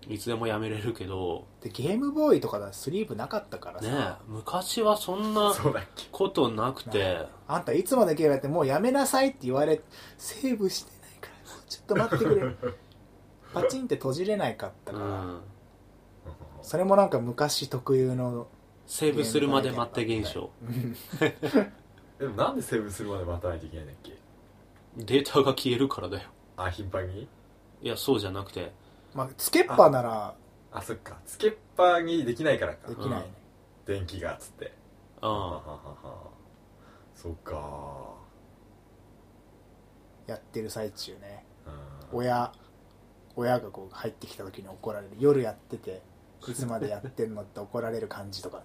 A: い
B: つでもやめれるけど、
A: でゲームボーイとかだとスリープなかったから
B: ね
A: さ、
B: え昔はそんな
C: そうだっけ
B: ことなくて、
A: あんたいつまでゲームやってもうやめなさいって言われセーブしてないからもうちょっと待ってくれ
B: [laughs]
A: パチンって閉じれないかった
B: う
A: から、
B: ん。
A: それもなんか昔特有の
B: セーブするまで待って現象。
C: でもなんでセーブするまで待たないといけないんだっけ
B: データが消えるからだよ。
C: あ頻繁に
B: いや、そうじゃなくて、
A: まあつけっぱなら
C: あそっかつけっぱにできないからか
A: できないね、
C: 電気がっつって
B: う
C: ははは
B: ん。
C: はそっか
A: やってる最中ね
C: うん
A: 親親がこう入ってきた時に怒られる夜やってていつまでやってんのって怒られる感じとか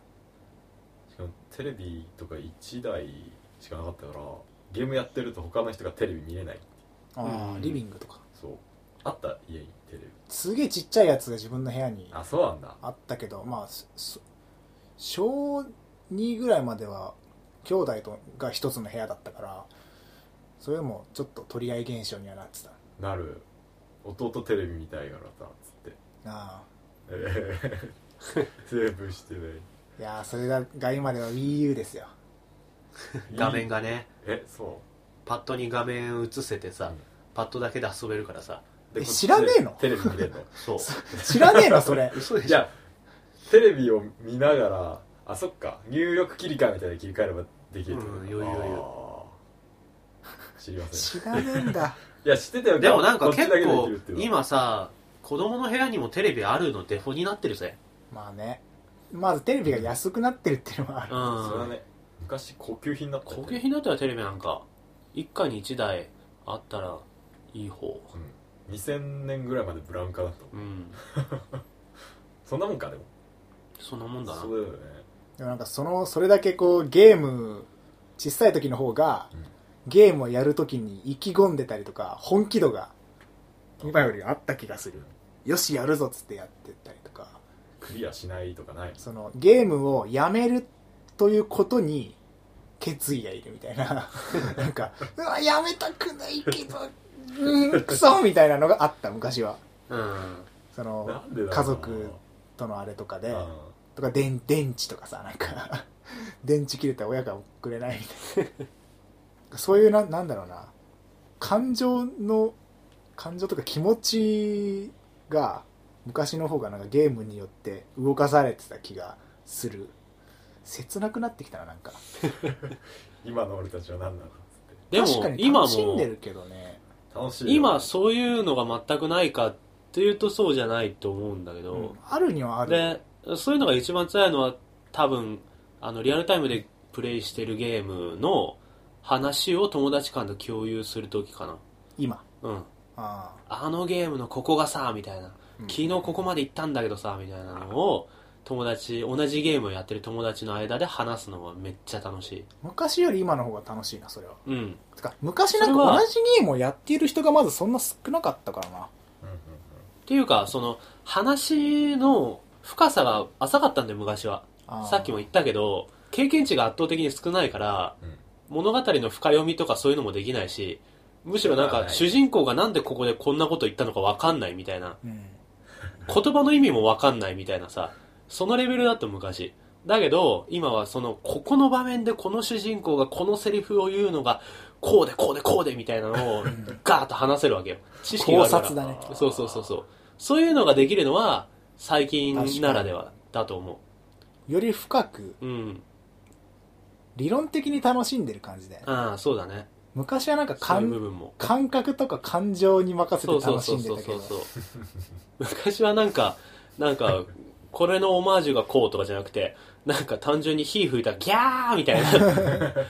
C: しかもテレビとか1台しかなかったからゲームやってると他の人がテレビ見れない
A: ああ、
B: うん
A: リビングとか
C: そうあった家にテレビ
A: すげえちっちゃいやつが自分の部屋に
C: あそうなんだ
A: あったけどまあそそ小2ぐらいまでは兄弟とが一つの部屋だったからそれもちょっと取り合い現象にはなってたな
C: なる弟テレビ見たいからさつ
B: [laughs]
C: って
A: あ
C: えーセー
B: [laughs]
C: ブしてない
A: いやーそれがが今では WiiU ですよ
B: 画面
C: が
B: がね、
C: えそ
B: パッドに画面映せてさ、
C: うん
B: パッドだけで遊べるからさ、
C: うで
A: え
C: こっち
A: 知
C: で
A: らねえの
C: テレビ見
B: [laughs]
C: れんの
B: そう。
A: 知らねえのそれ
B: 嘘で
C: じゃあテレビを見ながらあそっか入力切り替えみたいな切り替えればできるってこ
B: う
C: と
B: ん余裕余裕
C: あー知りません
A: 知らねえんだ
C: いや知ってたよ
B: でもなんか
C: こっちだ
B: 結
C: けでで
B: 構
C: きるっていうの
B: 今さ子供の部屋にもテレビあるのデフォになってるぜ
A: まあねまずテレビが安くなってるっていうのもあ
B: う
A: る
C: それは
B: ん
C: ね昔高級品だったよ
B: 高
C: ね
B: 級品だったよテレビなんか一家に一台あったらいい方
C: うん2000年ぐらいまでブラウン化だったもん
B: うん
C: そんなもんかでも
B: そんなもんだな
C: そうだよね
A: でもなんかそのそれだけこうゲーム小さい時の方が
C: うん
A: ゲームをやる時に意気込んでたりとか本気度が今よりあった気がするよしやるぞっつってやってたりとか
C: クリアしないとかない
A: そのゲームをやめるということに決意がいるみたいななんかうわやめたくないけどうーんクソみたいなのがあった昔は
B: うん
A: そ
C: な
A: の
C: んでだろうな
A: 家族とのあれとかで
C: うん
A: とか電電池とかさなんか [laughs] 電池切れたら親がくれないみたい
B: [laughs]
A: なそういうななんだろうな感情の感情とか気持ちが昔の方がなんかゲームによって動かされてた気がする切なくなってきたななんか
C: 今の俺たちは何なのつって
B: でも
A: 確かに
B: 今
A: 楽しん
B: も
A: でるけどね
C: 楽しいよ
B: 今そういうのが全くないかっていうとそうじゃないと思うんだけど、
A: あるにはある
B: でそういうのが一番辛いのは多分あのリアルタイムでプレイしてるゲームの話を友達間で共有するときかな
A: 今
B: うん
A: あ
B: あのゲームのここがさ、みたいな。
A: うん
B: 昨日ここまで行ったんだけどさ、みたいなのを、友達、同じゲームをやってる友達の間で話すのはめっちゃ楽しい。
A: あ昔より今の方が楽しいなそれは
B: うん。
A: てか昔なんか同じゲームをやっている人がまずそんな少なかったからな
C: うんうん
B: っていうか、その、話の深さが浅かったんで、昔は。
A: あー
B: さっきも言ったけど、経験値が圧倒的に少ないから、
C: うんうん
B: 物語の深読みとかそういうのもできないし、むしろなん
C: そうだ
B: か、
C: ね
B: 主人公がなんでここでこんなこと言ったのかわかんないみたいな。
A: うん
B: 言葉の意味もわかんないみたいなさ、そのレベルだった昔。だけど、今はその、ここの場面でこの主人公がこのセリフを言うのが、こうでこうでこうでみたいなのをガーッと話せるわけよ。知識があるから
A: 考察だね
B: そうそうそうそう。そういうのができるのは最近ならではだと思
A: より深く
B: う。うん。
A: 理論的に楽しんでる感じだよね
B: ああ、そうだね。
A: 昔はなんか
B: そういう部
A: 感
B: 分も。
A: 感覚とか感情に任せ
B: そう
A: て
B: そう
A: 楽し
B: そうん
A: で
B: そう
A: たけ
B: そう
A: ど
B: そう。昔はなんか、なんか、これのオマージュがこうとかじゃなくて、なんか単純に火吹いたらギャーみたいな。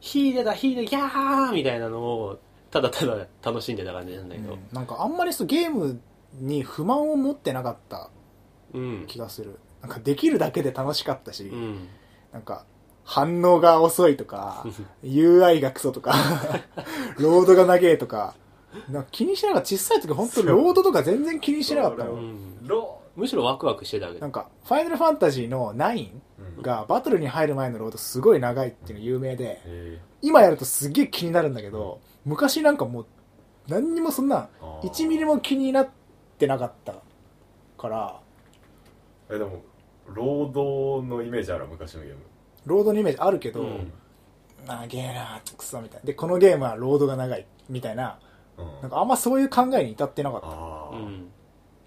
B: 火出た火でギャーみたいなのを、ただただ楽しんでた感じなんだけど。
A: うんなんかあんまりそうゲームに不満を持ってなかった
B: うん。
A: 気がするなんかできるだけで楽しかったし、
B: うん。
A: なんか反応が遅いとか UI がクソとかロードが長えとかなんか気にしながら小さい時本当ロードとか全然気にしなかった
C: そう
A: の
C: だよ
B: ロむしろワクワクしてたわけど
A: なんか「ファイナルファンタジー」の9
C: うん
A: がバトルに入る前のロードすごい長いっていうの有名で
C: え
A: 今やるとすげえ気になるんだけど昔なんかもう何にもそんな
C: ーあー
A: 1ミリも気になってなかったから
C: えでも労働のイメージある昔のゲーム
A: ロードのイメージあるけど、
B: うん
A: 長えなクソみたいなでこのゲームはロードが長いみたいな
C: うん
A: なんかあんまそういう考えに至ってなかった
C: あ
B: う
C: あ、
B: ん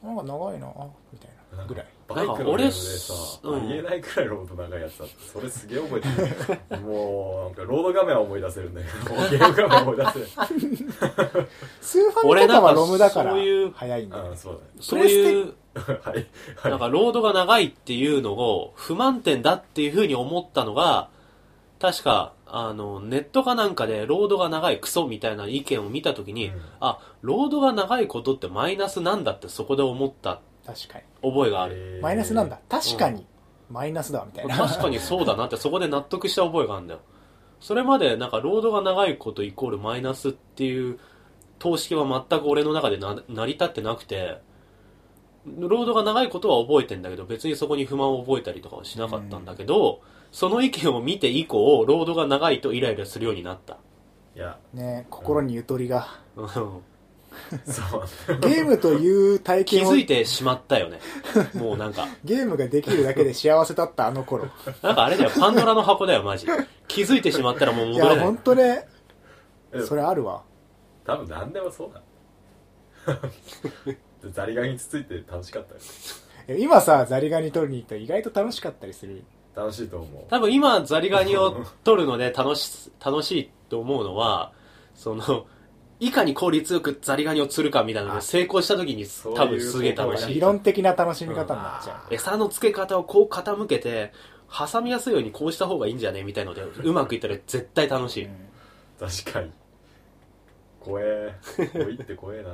A: なんか長いなあみたいなぐらい
C: バイクのゲームでさ、
B: なんか俺
C: ありえないくらいロード長いやつだったそれすげえ覚えてるもうなんかロード画面は思い出せるんだけどゲーム画面は思い
B: [laughs]
C: 出せない
A: スーファミ
B: 俺
A: と
B: な
A: か
B: んか
A: はロムだから
B: そういう
A: 早いんだよ
C: ああそう
B: そういう
C: だねはいは
B: なんかロードが長いっていうのを不満点だっていうふうに思ったのが確かあのネットかなんかでロードが長いクソみたいな意見を見た時に、
C: うん
B: あロードが長いことってマイナスなんだってそこで思った
A: 確かに
B: 覚えがある、
C: えー
A: マイナスなんだ確かにマイナスだわみたいな
B: 確かにそうだなってそこで納得した覚えがあるんだよそれまでなんかロードが長いことイコールマイナスっていう等式は全く俺の中でな成り立ってなくてロードが長いことは覚えてんだけど別にそこに不満を覚えたりとかはしなかったんだけど、その意見を見て以降ロードが長いとイライラするように
A: [laughs]
B: なった
C: いや
A: ね心にゆとりが
B: うん
C: そう
A: ゲームという体
B: 気
A: 験を
B: づいてしまったよねもうなんか
A: ゲームができるだけで幸せだったあの頃
B: なんかあれだよパンドラの箱だよマジ気づいてしまったらもう
A: い
B: 戻れ
A: や
B: ない
A: 本当ね
C: え
A: それあるわ
C: 多分何でもそうだザリガニつついて楽しかったよ
A: え今さザリガニ取りに行ったら意外と楽しかったりする
C: 楽しいと思う
B: 多分今ザリガニを取るので楽し楽しいと思うのはそのいかに効率よくザリガニを釣るかみたいなので
A: あ
B: 成功した時に
C: そういう
B: 多分すげえ楽
C: 方法
B: し
C: が
B: い
C: い
A: 理論的な楽しみ方になっちゃう
B: 餌の付け方をこう傾けて挟みやすいようにこうした方がいいんじゃねみたいのでうまくいったら絶対楽しい、
A: うん
C: 確かに怖え怖いっ
B: [laughs]
C: て怖えな
B: い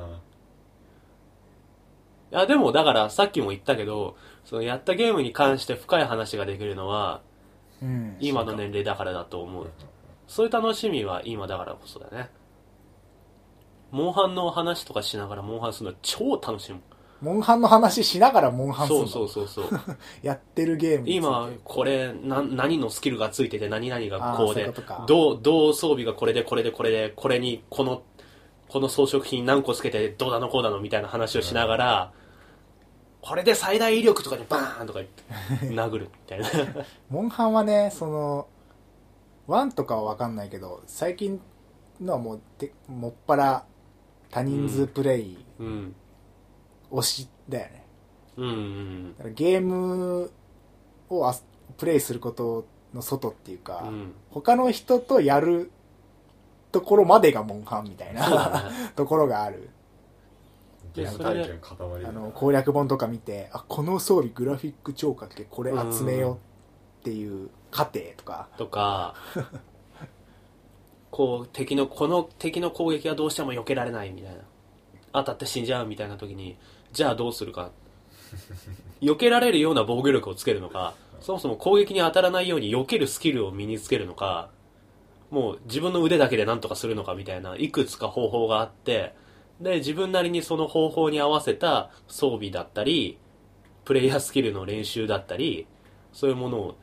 B: や、でもだからさっきも言ったけど、そのやったゲームに関して深い話ができるのは、
A: うん
B: 今の年齢だからだと思う。そういう楽しみは今だからこそだね。モンハンの話とかしながらモンハンするの超楽しいもん。
A: モンハンの話しながらモンハンする
B: そ
A: の
B: うそうそ
A: [laughs]
B: うそう。
A: やってるゲームについて
B: 今、これ、な、何のスキルがついてて、何々がこう
A: あーそうい
B: で
A: うことか、
B: どう、どう装備がこれで、これで、これで、これに、この、この装飾品何個つけて、どうだのこうだのみたいな話をしながら、これで最大威力とかにバーンとか言って、殴るみたいな。 [laughs]
A: モンハンはねその1とかは分かんないけど最近のはもうてもっぱら多人数プレイ
B: うん。
A: 推しだよね、
B: うんうん
A: だからゲームをあプレイすることの外っていうか、
B: うん。うん。
A: 他の人とやるところまでがモンハンみたい
B: そう
A: な
B: だね。
A: [laughs] ところがある
C: ゲーム体験塊だ
A: あの
C: な
A: 攻略本とか見てあこの装備グラフィック超かっけこれ集めようっていう過程とか
B: とか、こう、敵の、この敵の攻撃はどうしても避けられないみたいな。当たって死んじゃうみたいな時に、じゃあどうするか。避けられるような防御力をつけるのか、そもそも攻撃に当たらないように避けるスキルを身につけるのか、もう自分の腕だけで何とかするのかみたいな、いくつか方法があって、で、自分なりにその方法に合わせた装備だったり、プレイヤースキルの練習だったり、そういうものを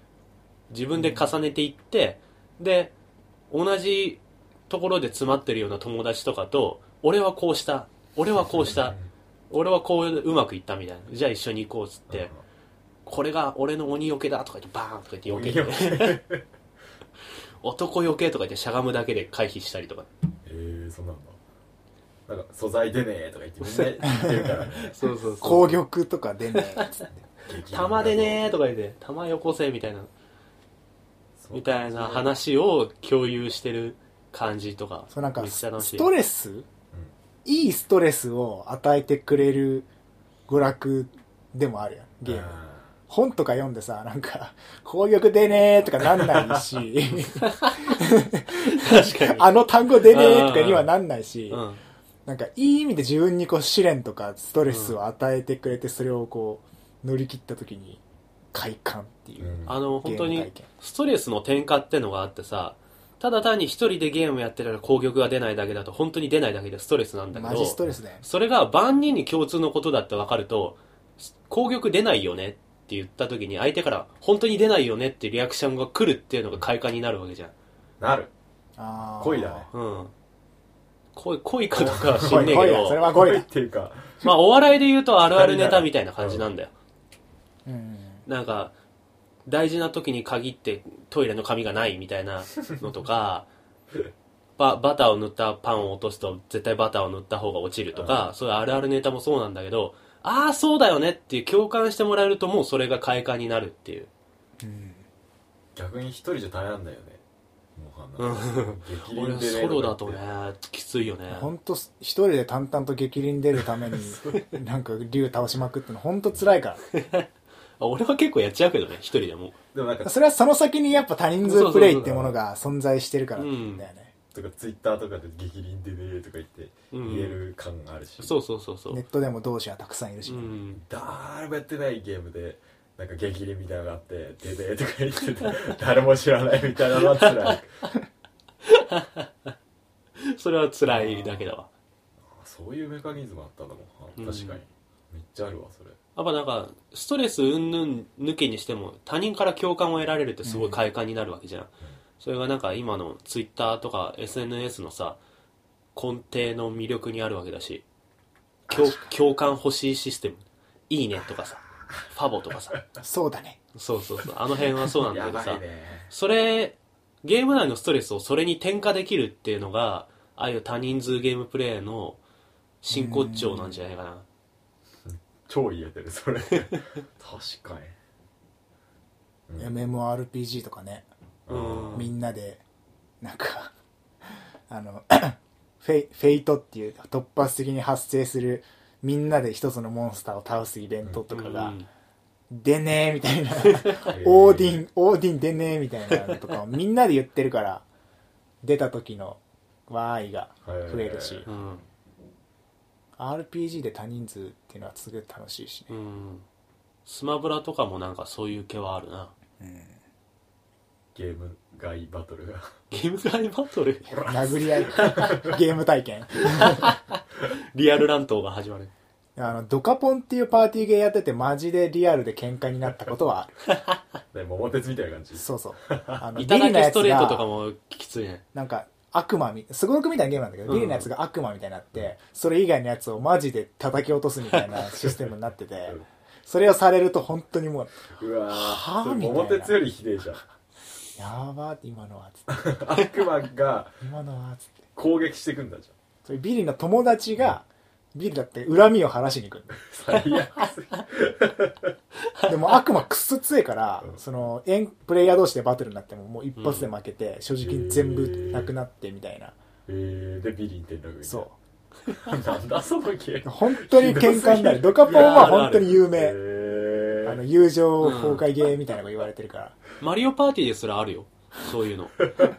B: 自分で重ねていって、で、同じところで詰まってるような友達とかと、俺はこうした、俺はこうした、俺はこううまくいったみたいな。じゃあ一緒に行こうっつって、
C: [laughs]
B: これが俺の鬼よけだとか言ってバーンとか言って避けて
C: 鬼よ
B: 男よけとか言ってしゃがむだけで回避したりとか。
C: えー、そんなんだなんか素材出ねえとか言ってみんな言ってるからね
B: そうそう
A: 紅玉とか出ね
B: [laughs]
A: えっつって
B: 玉でねーとか言って、玉よこせみたいな、みたいな話を共有してる感じとか。
A: そうなんか
B: めっちゃ楽しい
A: ストレス、いいストレスを与えてくれる娯楽でもあるやんゲーム本とか読んでさなんか [laughs] 「攻撃でねー」とかなんないし
B: 確かに。
A: あの単語でねーとかにはなんないし、
B: うん。
A: なんかいい意味で自分にこう試練とかストレスを与えてくれて、それをこう乗り切った時に快感っていう、
B: あの、本
A: ゲー
B: 当
A: ム
B: に
A: 体験、
B: ストレスの転化ってのがあってさ、ただ単に一人でゲームやってたら攻撃が出ないだけだと、本当に出ないだけでストレスなんだけ
A: マジスト
B: ど、
A: レスだよね
B: それが万人に共通のことだって分かると、攻撃出ないよねって言った時に、相手から本当に出ないよねってリアクションが来るっていうのが快感になるわけじゃん。
C: なる
A: あー
C: 恋だね
B: うん。恋、恋かどうかは知ん
A: 恋
B: ねえけ
A: 恋だそれ
B: ど、
A: は恋だ
C: っていうか
B: まあお笑いで言うとあるあるネタみたいな感じなんだよ。
A: うん
B: なんか、大事な時に限ってトイレの紙がないみたいなのと [laughs] か、ババターを塗ったパンを落とすと絶対バターを塗った方が落ちるとか、そういうあるあるネタもそうなんだけど、ああ、そうだよねっていう共感してもらえるともうそれが快感になるっていう。
C: 逆に一人じゃダメなんだよねも
B: う
C: うあ
B: ん
C: の
B: [laughs]
C: 激
B: 俺
C: 輪でね
B: ソロだとね、きついよね。
A: 本当一人で淡々と激凛出るため [laughs] になんか竜倒しまくっての本当辛いか
B: あ俺は結構やっちゃうけどね、一人でも。
C: でもなん
A: ら
C: か
A: それはその先にやっぱ他人数プレイってものが存在してるからだよ
B: うん
A: ね、
C: とかツイッターとかで激輪でねとか言って
B: うん
C: 言える感があるし、
B: そうそうそうそう。
A: ネットでも同士はたくさんいるし、
B: うん。
C: 誰もやってないゲームでなんか激輪みたいなのがあって「でで」とか言ってて誰も知らないみたいなのは辛い
B: それは辛いだけだわ。
C: そういうメカニズムあったんだもん確かに、めっちゃあるわそれ
B: やっぱなんか、ストレス云々抜きにしても、他人から共感を得られるってすごい快感になるわけじゃん。それがなんか今のツイッターとか SNS のさ、根底の魅力にあるわけだし、共共感欲しいシステム、いいねとかさ、ファボとかさ、
A: そうだね
B: そうそうそう、あの辺はそうなんだ
C: や
B: けど
C: ば
B: さ
C: い、ね
B: それ、ゲーム内のストレスをそれに転化できるっていうのが、ああいう多人数ゲームプレイの真骨頂なんじゃないかな。
C: 超言えてるそ [laughs] れ確かに
A: MMORPG とかね
B: うん。
A: みんなでなんか [laughs] あの [coughs] フェイフェイトっていう突発的に発生するみんなで一つのモンスターを倒すイベントとかが、
B: うん
A: でねーみたいな
C: ー
A: オーディンオーディンでねーみたいなのとか
B: [laughs]
A: をみんなで言ってるから出た時のわーいが増えるし、
C: へ
B: うん。
A: RPG で多人数っていうのはすごい楽しいしね
B: [laughs] うん。スマブラとかもなんかそういう気はあるな。
C: ゲーム外バトルが
B: [laughs]
C: [laughs]
B: ゲーム外バトル、
A: 殴り合いゲーム体験
B: [laughs] リアル乱闘が始まる。
A: あのドカポンっていうパーティーゲーやっててマジでリアルで喧嘩になったことは [laughs] ある
C: ね桃鉄みたいな感じ
A: そうそう。あ
B: [laughs]
A: の、
B: い
A: ビ
B: ただ
A: リの
B: き
A: や
B: ス
A: つ
B: トレートとか
A: が、
B: もきついね。
A: なんか、悪魔み、すごろくみたいなゲームなんだけど、
B: うん
A: ビリのやつが悪魔みたいになって、それ以外のやつをマジで叩き落とすみたい
B: [laughs]
A: なシステムになってて
C: うん、
A: それをされると本当にもう、
C: うわ
A: はぁ
C: ぁそれ
A: みたいな
C: 桃鉄よりひでえ [laughs] じゃん
A: やばーって今のは、つって、
C: 悪魔が
A: 今のは、つって。
C: 攻撃してくんだじゃん
A: それビリの友達が、ビリだって恨みを晴らしに行くんだよ
C: 最悪すぎ
A: でも悪魔くっそ強いから、
C: うん
A: その、エンプレイヤー同士でバトルになっても、もう一発で負けて、所持金全部なくなってみたいな。
C: えー、でビリン転落みたいな
A: そう
C: なんだそのゲー
A: う。
C: ム
A: 本当に喧嘩に
B: [laughs]
A: なる。ドカポンは本当に有名。
C: え
A: あの
C: ー、
A: 友情崩壊ゲーみたいなのが言われてるから、
B: [laughs] マリオパーティーですらあるよ。そう [laughs] いうの。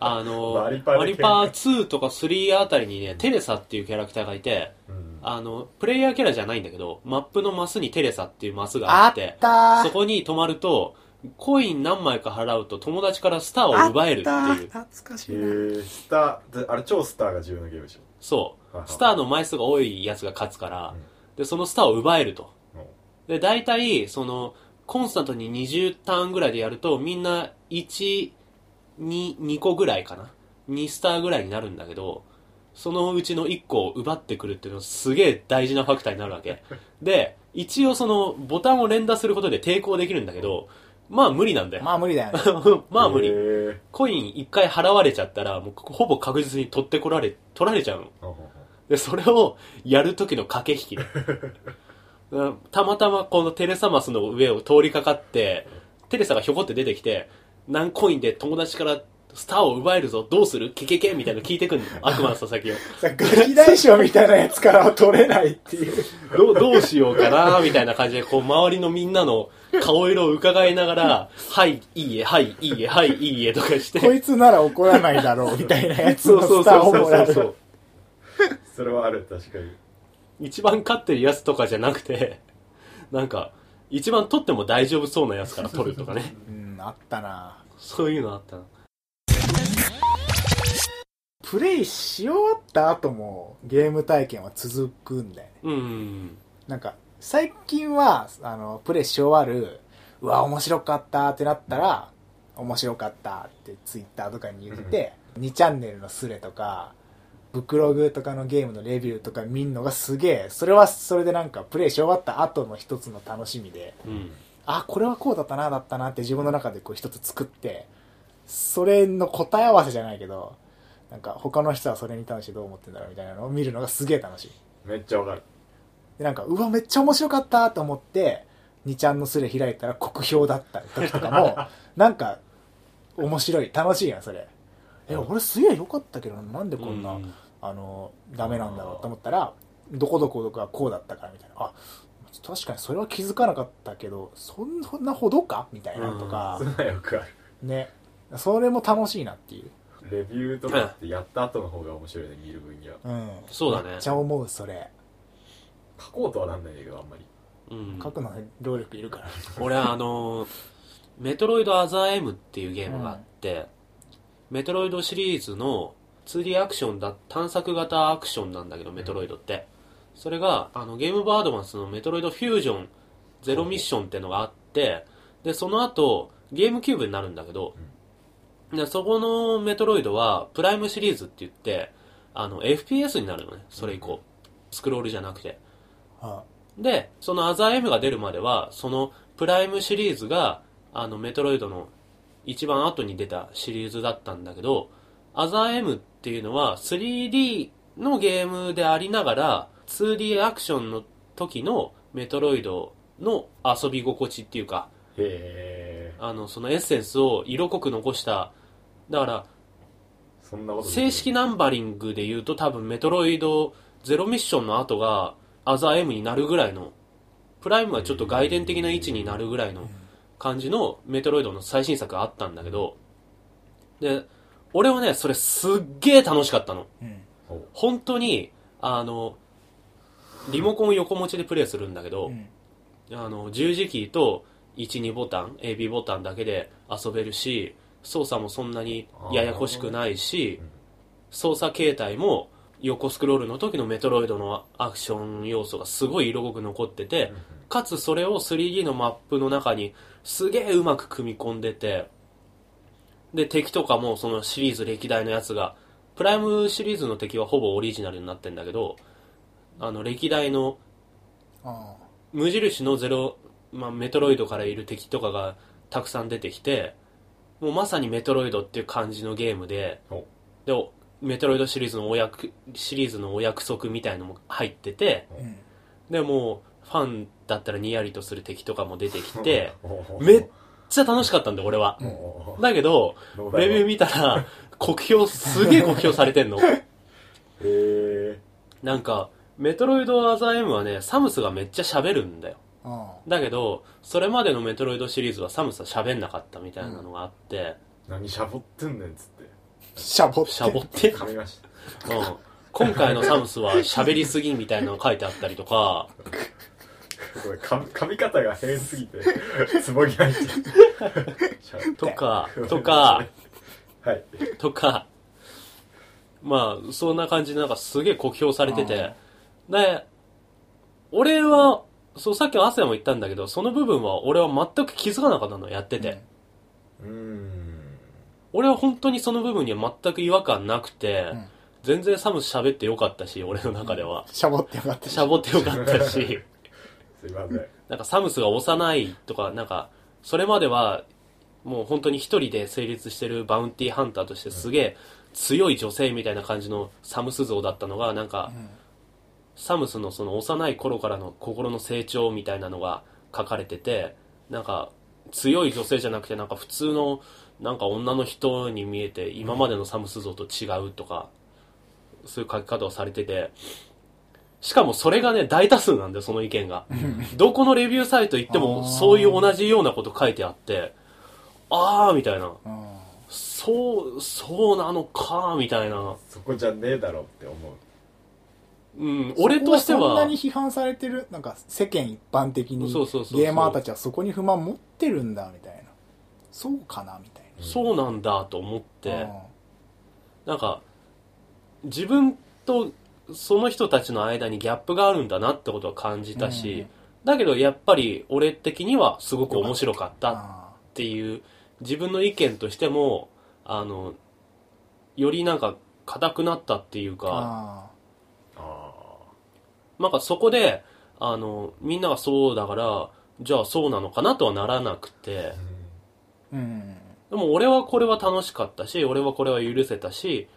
B: あの、マ
C: マ
B: リ
C: リ
B: パ
C: パ
B: ー
C: で
B: 2とか3あたりにね、テレサっていうキャラクターがいて、
C: うん
B: あの、プレイヤーキャラじゃないんだけど、マップのマスにテレサっていうマスがあって、
A: あったー
B: そこに泊まると、コイン何枚か払うと友達からスターを奪えるっていう。
A: 懐かし
C: えー、スターであれ超スターが重要なゲームでしょ
B: そう
C: は。は
B: スターの枚数が多いやつが勝つから
C: うん、
B: で、そのスターを奪えると。
C: も
B: で、大体、その、コンスタントに20ターンぐらいでやると、みんな1、2、2個ぐらいかな。2スターぐらいになるんだけど、そのうちの1個を奪ってくるっていうのはすげえ大事なファクターになるわけ。で、一応その、ボタンを連打することで抵抗できるんだけど、まあ無理なんだよ。
A: まあ無理だよね [laughs]
B: [laughs] まあ
C: う
B: 無理。
C: ええ
B: コイン一回払われちゃったら、もうほぼ確実に取ってこられ、取られちゃうの。で、それをやる時の駆け引きね
A: [laughs]
B: うんたまたまこのテレサマスの上を通りかかって、テレサがひょこって出てきて、何コインで友達からスターを奪えるぞ、どうするケケケみたいなの聞いてくんの。悪魔の佐
A: [laughs]
B: 々木を。
A: さガキ大将みたいなやつからは取れないって
B: [laughs]
A: いう。
B: どう、どうしようかなみたいな感じで、こう、周りのみんなの顔色を伺いな
A: [laughs]
B: がら、はい、いいえ、はい、いいえ、はい、いいえとかして。
A: こいつなら怒らないだろうみたいなやつ
B: そう
A: の
B: そう
A: スター
B: そう
A: をもら
B: そ
A: う。
B: うそう。
C: それはある確かに
B: 一番勝ってるやつとかじゃなくて、なんか、一番取っても大丈夫そうなやつから取るとかね。
A: [laughs] うん、あったな
B: そういうのあったな。
A: プレイし終わった後もゲーム体験は続くんだよね。
B: うん。
A: なんか、最近は、あの、プレイし終わる、うわ、面白かったってなったら、面白かったってツイッターとかに言って、2チャンネルのスレとか、ブクログとかのゲームのレビューとか見んのがすげえ、それはそれでなんかプレイし終わった後の一つの楽しみで、
B: うん。
A: あ、これはこうだったな、だったなって自分の中でこう一つ作って、それの答え合わせじゃないけど、なんか他の人はそれに対してどう思ってんだろうみたいなのを見るのがすげえ楽しい。
C: めっちゃわかる
A: でなんか、うわ、めっちゃ面白かったと思って、2ちゃんのスレ開いたら酷評だった時とか
B: [laughs]
A: も、なんか、面白い、楽しいやん、それ。え、俺すげえ良かったけど、なんでこんな、
B: うん
A: あの、ダメなんだろうと思ったら、どこどこどこがこうだったから、みたいな。あ、確かにそれは気づかなかったけど、そんなほどかみたいなとか
C: そ、んなよくある
A: ね。それも楽しいなっていう。
C: レビューとかってやった後の方が面白いね見る分には
A: うん。
B: そうだね
A: めっちゃ思う、それ。
C: 書こうとはなんないんだけどあんまり
B: うん
A: 書くの労力いるから。
B: 俺はあのーメトロイドアザー M っていうゲームがあって、メトロイドシリーズの 2D アクションだ、探索型アクションなんだけど、メトロイドって。それが、あの、ゲームバーアドバンスのメトロイドフュージョンゼロミッションってのがあって、で、その後、ゲームキューブになるんだけど、でそこのメトロイドは、プライムシリーズって言って、あの、FPS になるのね、それ以降。スクロールじゃなくて。
A: あ
B: で、そのアザー M が出るまでは、そのプライムシリーズが、あの、メトロイドの一番後に出たシリーズだったんだけど、アザー M っていうのは 3D のゲームでありながら、2D アクションの時のメトロイドの遊び心地っていうか、
C: へえ
B: あの、そのエッセンスを色濃く残した、だから、
C: そんなことできる
B: 正式ナンバリングで言うと多分メトロイドゼロミッションの後がアザー M になるぐらいのプライムはちょっと外伝的な位置になるぐらいの感じのメトロイドの最新作があったんだけどで俺はねそれすっげえ楽しかったの
A: うん。
C: おう
B: 本当にあのリモコン横持ちでプレイするんだけど、
A: うん。
B: あの十字キーと12ボタン AB ボタンだけで遊べるし操作もそんなにややこしくないし、
C: うん
B: 操作形態も横スクロールの時のメトロイドのアクション要素がすごい色濃く残ってて、
C: うん
B: かつそれを 3D のマップの中にすげえうまく組み込んでてで敵とかもそのシリーズ歴代のやつがプライムシリーズの敵はほぼオリジナルになってんだけどあの歴代の
A: あ
B: 無印のゼロ、まあ、メトロイドからいる敵とかがたくさん出てきてもうまさにメトロイドっていう感じのゲームで
C: おう
B: でメトロイドシリーズのお約シリーズのお約束みたいのも入ってて
A: あ。うん。
B: でもうファンだったらニヤリとする敵とかも出てきて
C: おう
B: めっちゃ楽しかったんだよ俺は
C: おう
B: だけど
C: どうだろう
B: レビュー見たら酷評すげえ酷評されてんの
C: へえ
B: なんかメトロイドアザー M はねサムスがめっちゃ喋るんだよ
A: あ
B: だけどそれまでのメトロイドシリーズはサムスは喋んなかったみたいなのがあって、
C: 何しゃぼってんねんっつって
A: シャボって。
B: しゃぼって
C: 噛みました
B: うん、今回のサムスは喋りすぎみたいなのが書いてあったりとか
C: これ噛み噛み方が変すぎてつぼに入っちゃ
B: [laughs]
C: う
B: とかとか
C: はい
B: とかまあそんな感じでなんかすげえ酷評されててで俺はそうさっきのアセも言ったんだけどその部分は俺は全く気づかなかったのやってて、
A: うん
C: うーん
B: 俺は本当にその部分には全く違和感なくて、
A: うん
B: 全然サムス喋ってよかったし俺の中では、
A: シャボってよかった
B: しゃぼってよかったし [laughs]
C: すいません
B: なんかサムスが幼いとか、なんか、それまでは、もう本当に一人で成立してるバウンティーハンターとしてすげえ強い女性みたいな感じのサムス像だったのがなんかサムスのその幼い頃からの心の成長みたいなのが書かれててなんか強い女性じゃなくてなんか普通のなんか女の人に見えて今までのサムス像と違うとかそういう書き方をされててしかもそれがね大多数なんだよその意見がどこのレビューサイト行って
A: あ
B: も
A: ー
B: そういう同じようなこと書いてあってあーみたいな
A: うん
B: そうそうなのかみたいな
C: そこじゃねえだろって思う
B: うん俺として
A: そこ
B: は
A: がそんなに批判されてるなんか世間一般的に
B: そうそうそうそう
A: ゲーマーたちはそこに不満持ってるんだみたいなそうかなみたいな
B: そうなんだと思って、
A: う
B: なんか自分とその人たちの間にギャップがあるんだなってことは感じたし、
A: うん
B: だけどやっぱり俺的にはすごく面白かっ
A: ん
B: たっ
A: あ
B: ていう自分の意見としてもあのよりなんか硬くなったっていう
A: ー
B: か
A: あ
C: あ
B: なんかそこであのみんながそうだからじゃあそうなのかなとはならなくて
C: あ、うん
A: ーうん
B: でも俺はこれは楽しかったし、俺はこれは許せたし、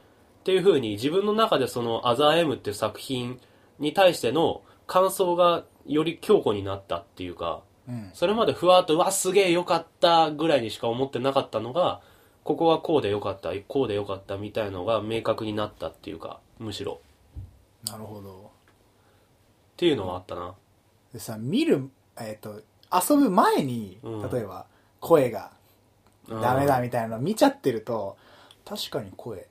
B: っていう風に自分の中でそのアザーエムっていう作品に対しての感想がより強固になったっていうか、
A: うん
B: それまでふわっと、うわ、すげえよかったぐらいにしか思ってなかったのが、ここはこうでよかった、こうでよかったみたいのが明確になったっていうか、むしろ。
A: なるほど
B: っていうのはあったな。
A: でさ見るえっ、と遊ぶ前に
B: うん
A: 例えば声が
B: うん
A: ダメだ。みたいなの見ちゃってると確かに声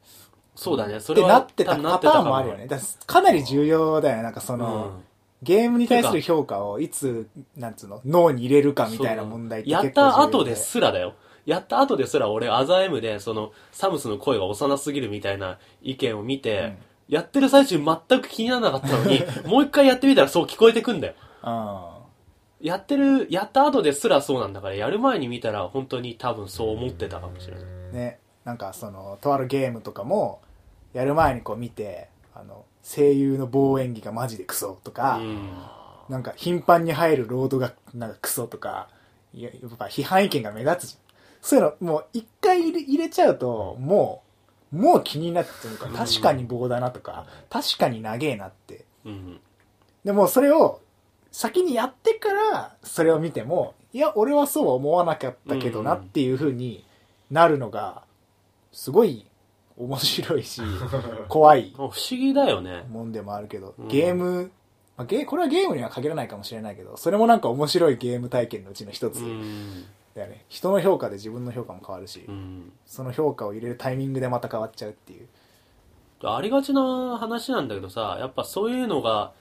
B: そうだね、そ
A: っ
B: れ
A: て
B: は。
A: なってた
B: 多分
A: パターンもあ
B: なっ
A: る
B: て
A: よ
B: た
A: ねだからかなり重要だよねなんかそ
B: かも。
A: の、
B: うん
A: ゲームに対する評価をいつ、なんつうの、脳に入れるかみたいな問題って
B: や
A: 結構
B: った
A: 重要
B: 後ですらだよ。やった後ですら俺、アザーエムで、その、サムスの声が幼すぎるみたいな意見を見て、
A: うん
B: やってる最中全く気にならなかったの
A: [laughs]
B: に、もう一回やってみたらそう聞こえてくんだよ。やってる、やった後ですらそうなんだから、やる前に見たら本当に多分そう思ってたかもしれない。
A: うん。ね。なんかその、とあるゲームとかも、やる前にこう見て、あの、声優の望遠技がマジでクソとか、
B: うん。
A: なんか頻繁に入るロードがなんかクソとか、いややっぱ批判意見が目立つじゃん。そういうの、もう一回入れ入れちゃうと、もう、もう気になってるから、確かに棒だなとか、確かに長えなって
B: うん。
A: でもそれを先にやってからそれを見てもいや俺はそうは思わなかったけどな
B: うん
A: っていう風になるのがすごい面白い
B: [laughs]
A: し怖い
B: 不思議だよね。
A: もんでもあるけど
B: うん
A: ゲーム、まあ、ゲーこれはゲームには限らないかもしれないけどそれもなんか面白いゲーム体験のうちの一
B: う
A: つ
B: ん。
A: だよね、人の評価で自分の評価も変わるし、
B: うん。
A: その評価を入れるタイミングでまた変わっちゃうっていう
B: ありがちな話なんだけどさ、やっぱそういうのが、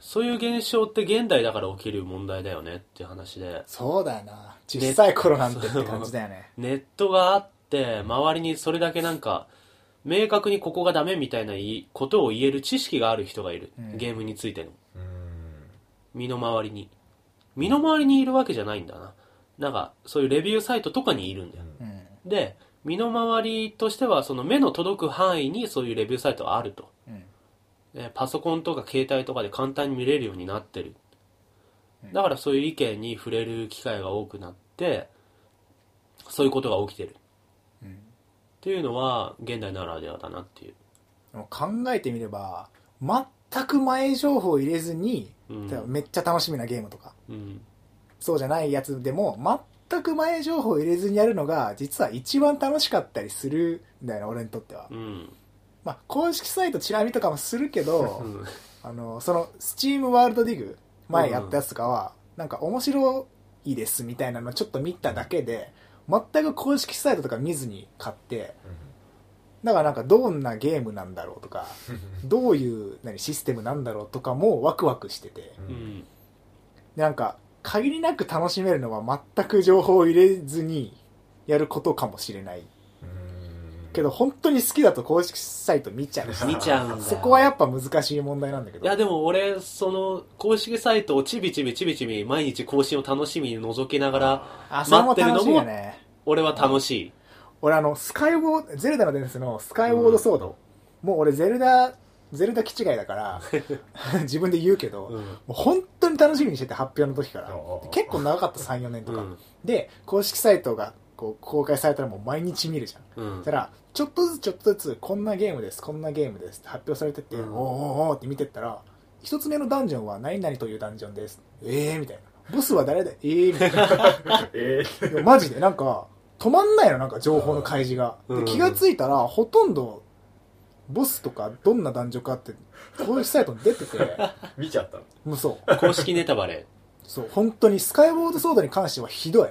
B: そういう現象って現代だから起きる問題だよねっていう話で、
A: そうだよな小さい頃なんてって感じだよね
B: ネットがあって、周りにそれだけなんか、明確にここがダメみたいないことを言える知識がある人がいる。
A: うん
B: ゲームについての。
C: うん
B: 身の回りに。身の回りにいるわけじゃないんだな。なんか、そういうレビューサイトとかにいるんだよ。
A: うん
B: で、身の回りとしては、その目の届く範囲にそういうレビューサイトがあると。
A: うん
B: ねパソコンとか携帯とかで簡単に見れるようになってるだからそういう意見に触れる機会が多くなってそういうことが起きてるっ
A: うん
B: ていうのは現代ならではだなっていう
A: でも考えてみれば全く前情報を入れずに、
B: うん
A: 例えばめっちゃ楽しみなゲームとか
B: うん
A: そうじゃないやつでも全く前情報を入れずにやるのが実は一番楽しかったりするんだよね俺にとっては、
B: うん
A: まあ、公式サイトチラ見とかもするけ
B: う [laughs]
A: ど
B: ん
A: あのそのスチームワールドディグ前やったやつとかは、なんか面白いですみたいなのちょっと見ただけで全く公式サイトとか見ずに買ってだからなんかどんなゲームなんだろうと
B: [laughs]
A: かどういう何システムなんだろうとかもワクワクしてて
C: うん
B: う
C: うん
B: ん
A: なんか限りなく楽しめるのは全く情報を入れずにやることかもしれないけど本当に好きだと公式サイト見ちゃうし
B: [laughs] 見ちゃうんだよ
A: そこはやっぱ難しい問題なんだけ
B: い
A: ど
B: やでも俺その公式サイトをちびちびちびちび毎日更新を楽しみに覗きながら
A: あそれも
B: 待ってる
A: 楽
B: の
A: し
B: も
A: いよね
B: 俺は楽しい
A: 俺あのスカイウォーゼルダの伝説のスカイウォードソード、もう俺ゼルダゼルダ気違いだから
B: [laughs]
A: 自分で言うけど、も
B: うん
A: う本当に楽しみにしてて発表の時から
C: おうおうおう
A: 結構長かった34年と
B: う
A: か、
B: ん
A: で公式サイトがこう公開されたらもう毎日見るじゃん
B: うん
A: そしたらちょっとずつちょっとずつこんなゲームですこんなゲームですって発表されてって、
B: うん
A: おーおーおーって見てったら一つ目のダンジョンは何々というダンジョンですええー、みたいなボスは誰だええー、みたいな
C: え
A: でもマジでなんか止まんないのなんか情報の開示が、
B: うん
A: で気がついたらほとんどボスとかどんな男女かって公式サイトに出
B: [laughs]
A: てて
C: ー、見ちゃったの
A: もうそう
B: 公式ネタバレ。
A: そう本当にスカイボードソードに関してはひどい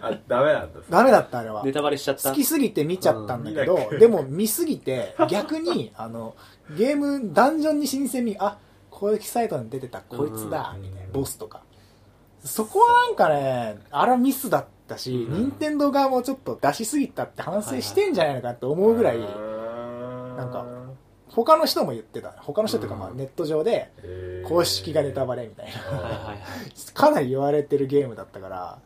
C: あダメなんだ
A: ダメだったあれは
B: ネタバレしちゃった。
A: 好きすぎて見ちゃったんだけど、
C: うん見なきゃ
A: でも見すぎ
C: [laughs]
A: て逆にあのゲームダンジョンに新鮮にあ公式サイトに出てたこいつだ、
C: うん
A: みたいなボスとかそこはなんかねあらミスだったし、
B: うん
A: 任天堂側もちょっと出しすぎたって反省してんじゃないのかって思うぐらい、
C: なん
A: か他の人も言ってた他の人っていうかまあ
B: うん
A: ネット上で
C: えー
A: 公式がネタバレみたいな [laughs]
B: はいはいはい。
A: かなり言われてるゲームだったから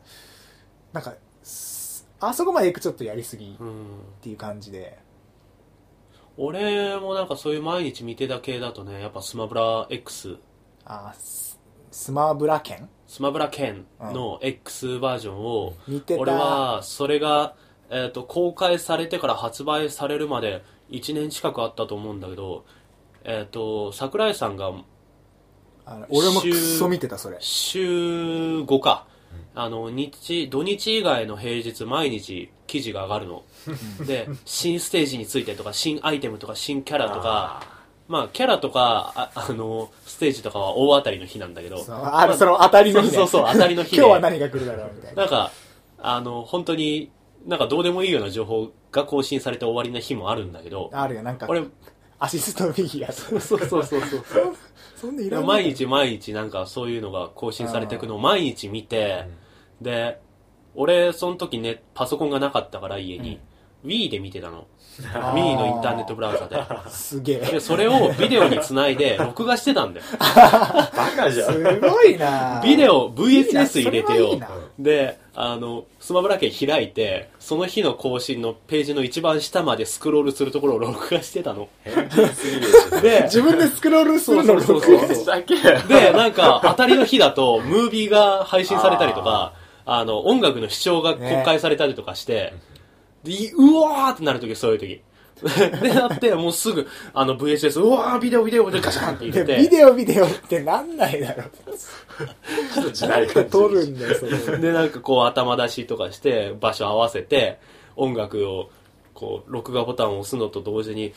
A: なんかすあそこまで行くちょっとやりすぎっ
B: うん。
A: ていう感じで。
B: 俺もなんかそういう毎日見てた系だとね、やっぱスマブラ X、
A: あススマブラ券
B: スマブラ剣の X バージョンを、
A: 似てた
B: 俺はそれが、えー、と公開されてから発売されるまで1年近くあったと思うんだけど、えー、と桜井さんが
A: あの俺もクソ見てたそれ
B: 週5かあの日土日以外の平日毎日記事が上がるので新ステージについてとか新アイテムとか新キャラとかまあキャラとかああ [laughs] のステージとかは大当たりの日なんだけど
A: そのあその当たりの日、ね、
B: そうそうそう当たりの日で
A: 今日は何が来るだろうみたいな
B: なんか、あの、本当に、なんかどうでもいいような情報が更新されて終わりな日もあるんだけど、
A: あるよなんか
B: 俺、
A: アシストフィギュア
B: そうそうそうそうそう。
A: そんないらない
B: 毎日毎日なんかそういうのが更新されていくのを毎日見て、で、俺、その時ね、パソコンがなかったから家に、Wii で見てたの。
A: あー
B: Wii のインターネットブラウザで。
A: すげえ
B: で、それをビデオにつな
A: [laughs]
B: いで、録画してたんだよ。
C: バカじゃん
A: すごいな
B: ビデオ、
A: いいな
B: VHS 入れ
A: そ
B: てよ。
A: れはいいな
B: で、あの、スマブラ系開いて、その日の更新のページの一番下までスクロールするところを録画してたの。
C: 変人すぎるよ
B: で、
A: 自分でスクロールするの
B: そう
A: 録
B: そう
A: 画
B: そう
C: ふざけ
B: で、なんか、当たりの日だと、ムービーが配信されたりとか、あの、音楽の視聴が公開されたりとかして、でいうわーってなるとき、そういうとき。 [laughs] で、なって、もうすぐ、あの、VHS、うわー、ビデオ、ビデオ、でガシャンって入れ
A: でビ
B: て、
A: デオビデオってなんないだろ
C: の時代
A: う
C: 感
A: 撮るんだよそれ
B: で、なんかこう、頭出しとかして、場所合わせて、音楽を、こう、録画ボタンを押すのと同時に、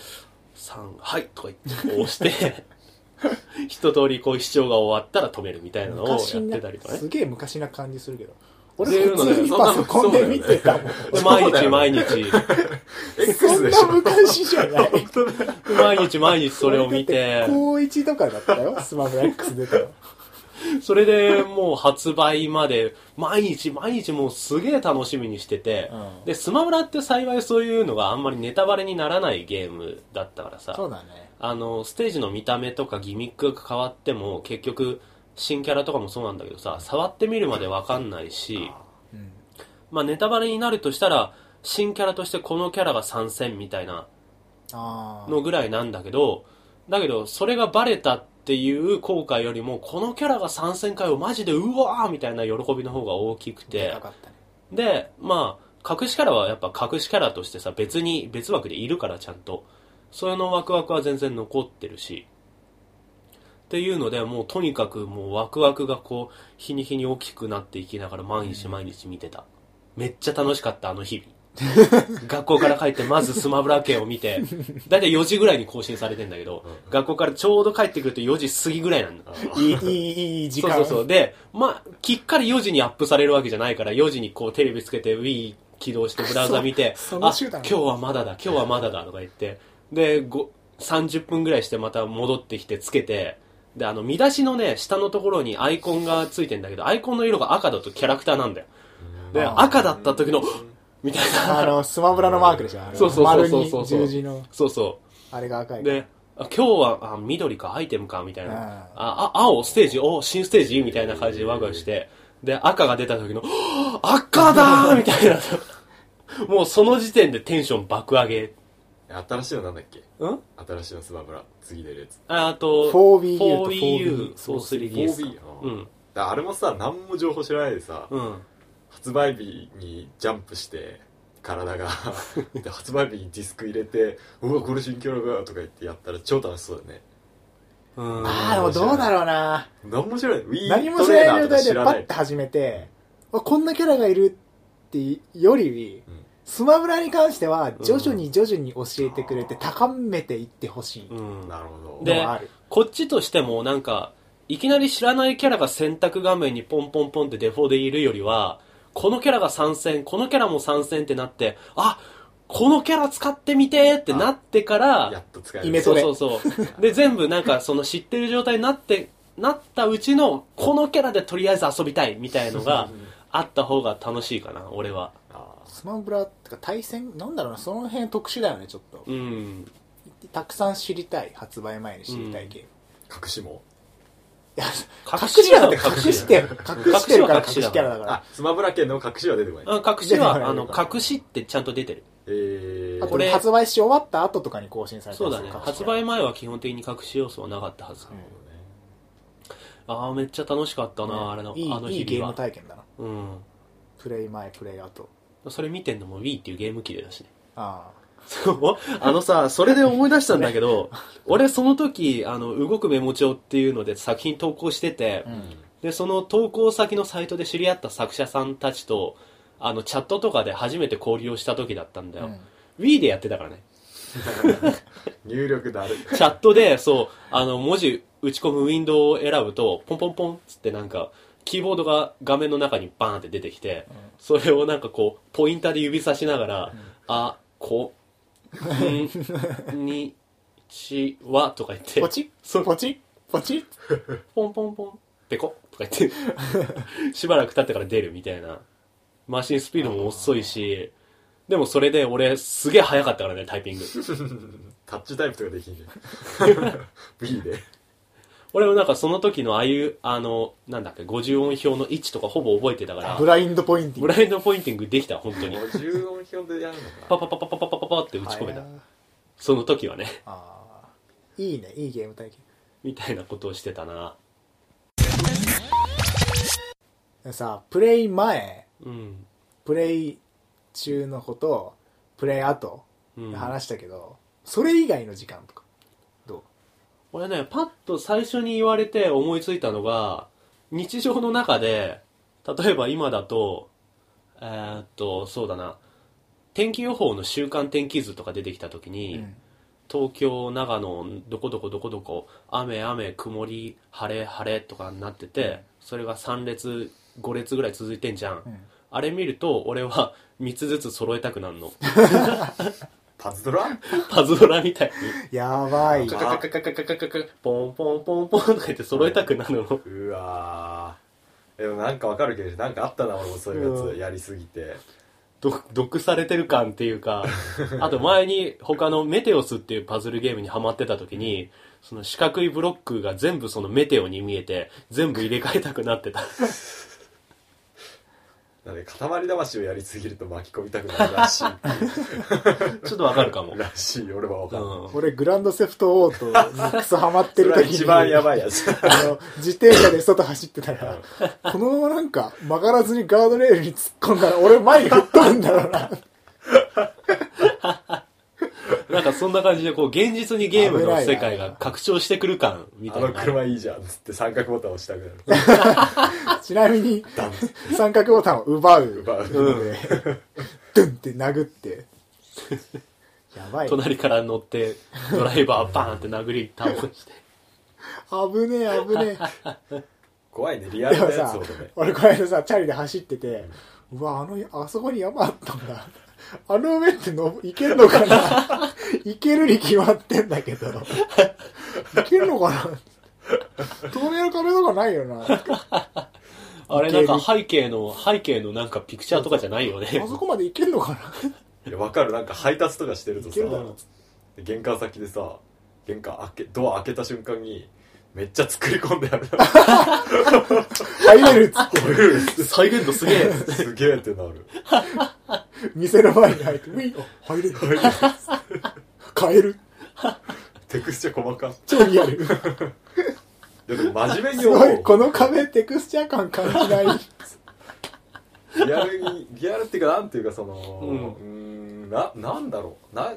B: 3、はいとか言って、こう押して、一通りこう、視聴が終わったら止めるみたいなのをやっ
A: 昔
B: て
A: な
B: たりとかね。
A: すげえ昔な感じするけど
B: ってい
A: 俺
B: うので
A: 普通にパソコンで見てたもん
B: で
C: そうだよ
B: 毎
C: ね
B: 日毎日、
A: そ
C: X
A: ん
C: でし
A: な
C: ょ
A: 昔じゃない
B: 毎日毎日それを見て
A: 俺だっ、高1とかだったよ、スマブラ X 出たの。
B: それでもう発売まで、毎日毎日もうすげえ楽しみにしてて
A: う、ん
B: で、スマブラって幸いそういうのがあんまりネタバレにならないゲームだったからさ、
A: そうだね。
B: あの、ステージの見た目とかギミックが変わっても、結局、新キャラとかもそうなんだけどさ、触ってみるまでわかんないし、
A: うん。
B: まあネタバレになるとしたら、新キャラとしてこのキャラが参戦みたいな
A: ああ。
B: のぐらいなんだけど、だけど、それがバレたっていう後悔よりも、このキャラが参戦会をマジでうわーみたいな喜びの方が大きく
A: で
B: て
A: か、かったね。
B: で、まあ、隠しキャラはやっぱ隠しキャラとしてさ、別に、別枠でいるからちゃんと。それのワクワクは全然残ってるし。っていうので、もうとにかくもうワクワクがこう、日に日に大きくなっていきながら毎日毎日見てた。めっちゃ楽しかった、あの日々。 [laughs] 学校から帰ってまずスマブラ系を見 [laughs] て、だいたい4時ぐらいに更新されてんだけど、学校からちょうど帰ってくると4時過ぎぐらいなんだ。
A: いい、いい、いい時間。
B: そうそうそう。で、まあ、きっかり4時にアップされるわけじゃないから、4時にこうテレビつけて Wii 起動してブラウザ見て、
A: そうその
B: あ、
A: 集団
B: 今日はまだだ、今日はまだだとか言って、で、ご30分ぐらいしてまた戻ってきてつけて、で、あの、見出しのね、下のところにアイコンがついてんだけど、アイコンの色が赤だとキャラクターなんだよ。で、
A: あー
B: 赤だった時の、みたい
A: あ
B: な。
A: の、スマブラのマークでしょ。あの
B: そうそうそうそう
A: 丸に
B: そう
A: 十字の、
B: そうそう。
A: あれが赤い。
B: で、あ今日はあ緑かアイテムかみたいな
A: うん。
B: あ、あ青、ステージ、お新ステージみたいな感じでワクワクして。で、赤が出た時の、はぁ赤だーみたいな。 [laughs] もうその時点でテンション爆上げ。
C: 新しいのなんだっけ
B: ん
C: 新しいのスマブラ次出るやつ
B: ああと、
A: 4BU と
B: 4BU そう
A: 4BU
B: 3DS か
C: 4B
B: うん。
C: だからあれもさ何も情報知らないでさ
B: うん。
C: 発売日にジャンプして
A: [laughs]
C: 体がで発売日にディスク入れて「うわこれ新キャラが」とか言ってやったら超楽しそうだね
B: うん
A: ああ、でもどうだろうな。
C: 何も知らないウィ
A: 何
C: ー
A: も
C: ト
A: 知ら
C: レー
A: な
C: ナ
A: い状
C: ーとか
A: 態で
C: 知
A: パ
C: らな
A: ッ
C: い
A: て始めて、あこんなキャラがいるってより
C: うん、
A: スマブラに関しては徐々に徐々に教えてくれて高めていってほしい
B: うん
C: なるほど
A: の
B: で
A: はある。
B: こっちとしてもなんかいきなり知らないキャラが選択画面にポンポンポンってデフォでいるよりはこのキャラが参戦このキャラも参戦ってなってあこのキャラ使ってみてーってなってから
C: やっと使え
A: イ
C: る
A: メト
B: そう
A: レ
B: そうそう。で、全部なんかその知ってる状態になって、なったうちの、このキャラでとりあえず遊びたいみたいのがあった方が楽しいかな、俺は。
C: [laughs] あー
A: スマブラってか対戦、なんだろうな、その辺特殊だよね、ちょっと。
B: うん。
A: たくさん知りたい、発売前に知りたいゲーム。
C: 隠しも
A: いや、
B: 隠
A: 隠
B: し
A: し
B: は
A: は隠してる、隠してるから隠しキャラだから
C: あ。スマブラ圏の隠しは出てこない
B: あ隠し
A: いやいやいや
B: は、あの、隠しってちゃんと出てる。
C: えー、
A: あ
B: ことれ
A: 発売し終わった後とかに更新された
B: そう
A: りす
B: だ
A: る
B: ね。
A: かもし
B: 発
A: れない
B: 売前は基本的に隠し要素はなかったはず。ああ、めっちゃ楽しかったな、あれの、
A: いい
B: あの
A: いい
B: 日
A: ゲー
B: 々
A: ム
B: は。
A: 体験だな
B: うん。
A: プレイ前プレイ後
B: それ見てんのも Wii っていうゲーム機でだしね。
A: あ
B: そうあのさ、それで思い出したんだけど、俺その時、あの、動くメモ帳っていうので作品投稿してて、
A: あ、うん、
B: で、その投稿先のサイトで知り合った作者さんたちと、あの、チャットとかで初めて交流をした時だったんだよ。Wii でやってたからね。
C: 入力だる
B: チャットで、そう、あの、文字打ち込むウィンドウを選ぶと、ポンポンポンっつってなんか、キーボードが画面の中にバーンって出てきて、それをなんかこう、ポインターで指さしながら、あ、こ、ん、に、ち、は、とか言って
A: ポ、チッポチッポチッ
B: ポンポンポン、ペコとか言って、しばらく経ってから出るみたいな。マシンスピードも遅いし、でもそれで俺すげえ早かったからね、タイピング。
C: タッチタイプとかできんね
A: [laughs]
C: B で
B: 俺もなんかその時のああいう、あの、なんだっけ、50音表の位置とかほぼ覚えてたから
A: ブ、ラインドポインティ
B: ブラインドポインティングできた、本
A: [laughs]
B: 当に。
C: 50音表でやるの
B: パ
C: か
B: パパパパパパパパって打ち込めた
A: あ。
B: その時はね、
A: あーいいねいいゲーム体
B: みたいなことをしてたな。
A: 験さプレイ前
B: うん。
A: プレイ中のことプレイ後
B: うん、
A: 話したけど、それ以外の時間とかど
B: 俺ね、パッと最初に言われて思いついたのが、日常の中で、例えば今だと、えーっと、そうだな、天気予報の週間天気図とか出てきた時
A: う、
B: に、
A: うん
B: 東京、長野、どこどこどこどこ、雨、雨、曇り、晴れ、晴れとかになってて、それが3列、5列ぐらい続いてんじゃん。
A: うん
B: あれ見ると、俺は3つずつ揃えたくなるの。
C: パズドラ
B: パズドラみたい
A: やばい
B: に。カカカカカカカカカ、ポンポンポンポンとか言って揃えたくなるの。
C: うわーでもなんかわかるけどなんかあったな俺もそういうや
A: うん
C: つやりすぎて
B: ど毒されてる感っていうか、あと前に他のメテオスっていうパズルゲームにハマってた時に、その四角いブロックが全部そのメテオに見えて、全部入れ替えたくなってた。
C: なんで塊魂をやりすぎると巻き込みたくなるらしい
B: ちょっとわかるかも。
C: らしい俺はわかんない、
B: う
A: 俺グランドセフトオートにクソハマって
C: そ
A: る
C: れは
A: 時に
C: 一番やばいやつ
A: あの、自転車で外走ってたから、このままなんか曲がらずにガードレールに突っ込んだら俺前に吹っ飛ぶんだろうな。
B: ん。なんかそんな感じで、こう、現実にゲームの世界が拡張してくる感み
C: あ
B: たい
C: の
B: な。
C: 車いいじゃんっつって三角ボタン押したくなる
A: ちなみに、
C: ダンス
A: 三角ボタンを奪う。
C: 奪う
A: ので、ドゥンって殴
C: [laughs]
A: って。やばい。危ね
B: 隣から乗って、ドライバーバーンって殴り倒して。
A: え危ね
C: 怖いねリ
A: え。
C: ア
A: で
C: ル
A: も
C: なやつ
A: さ
C: をね、
A: 俺この間さ、チャリで走ってて、うわ、あの、あそこに山あったんだ。あの上っての行けるのか [laughs] な行けるに決まってんだけど。行けるのかな透明の壁とかないよな。
B: あれなんか背景の、背景のなんかピクチャーとかじゃないよね。
A: あそこまで行けんのかない
C: やわかるなんか配達とかしてると
A: い
C: さ
A: けるだろ
C: で玄関先でさ玄関開けドア開けた瞬間にめっちゃ作り込んである
A: 入れるっつって、
C: おい
B: 再現度すげえ。
C: すげえってなる
A: 店の前に入 [laughs] って、ウィン、あ入れる。買える。
C: テクスチャ細かい
A: 超リアル。 [laughs] す
C: やでも真面目に
A: ご
C: 思
A: い、
C: う
A: この壁テクスチャー感感じない。
C: リアルにリアルっていうかなんていうかその
B: う
C: うんーんななんだろうな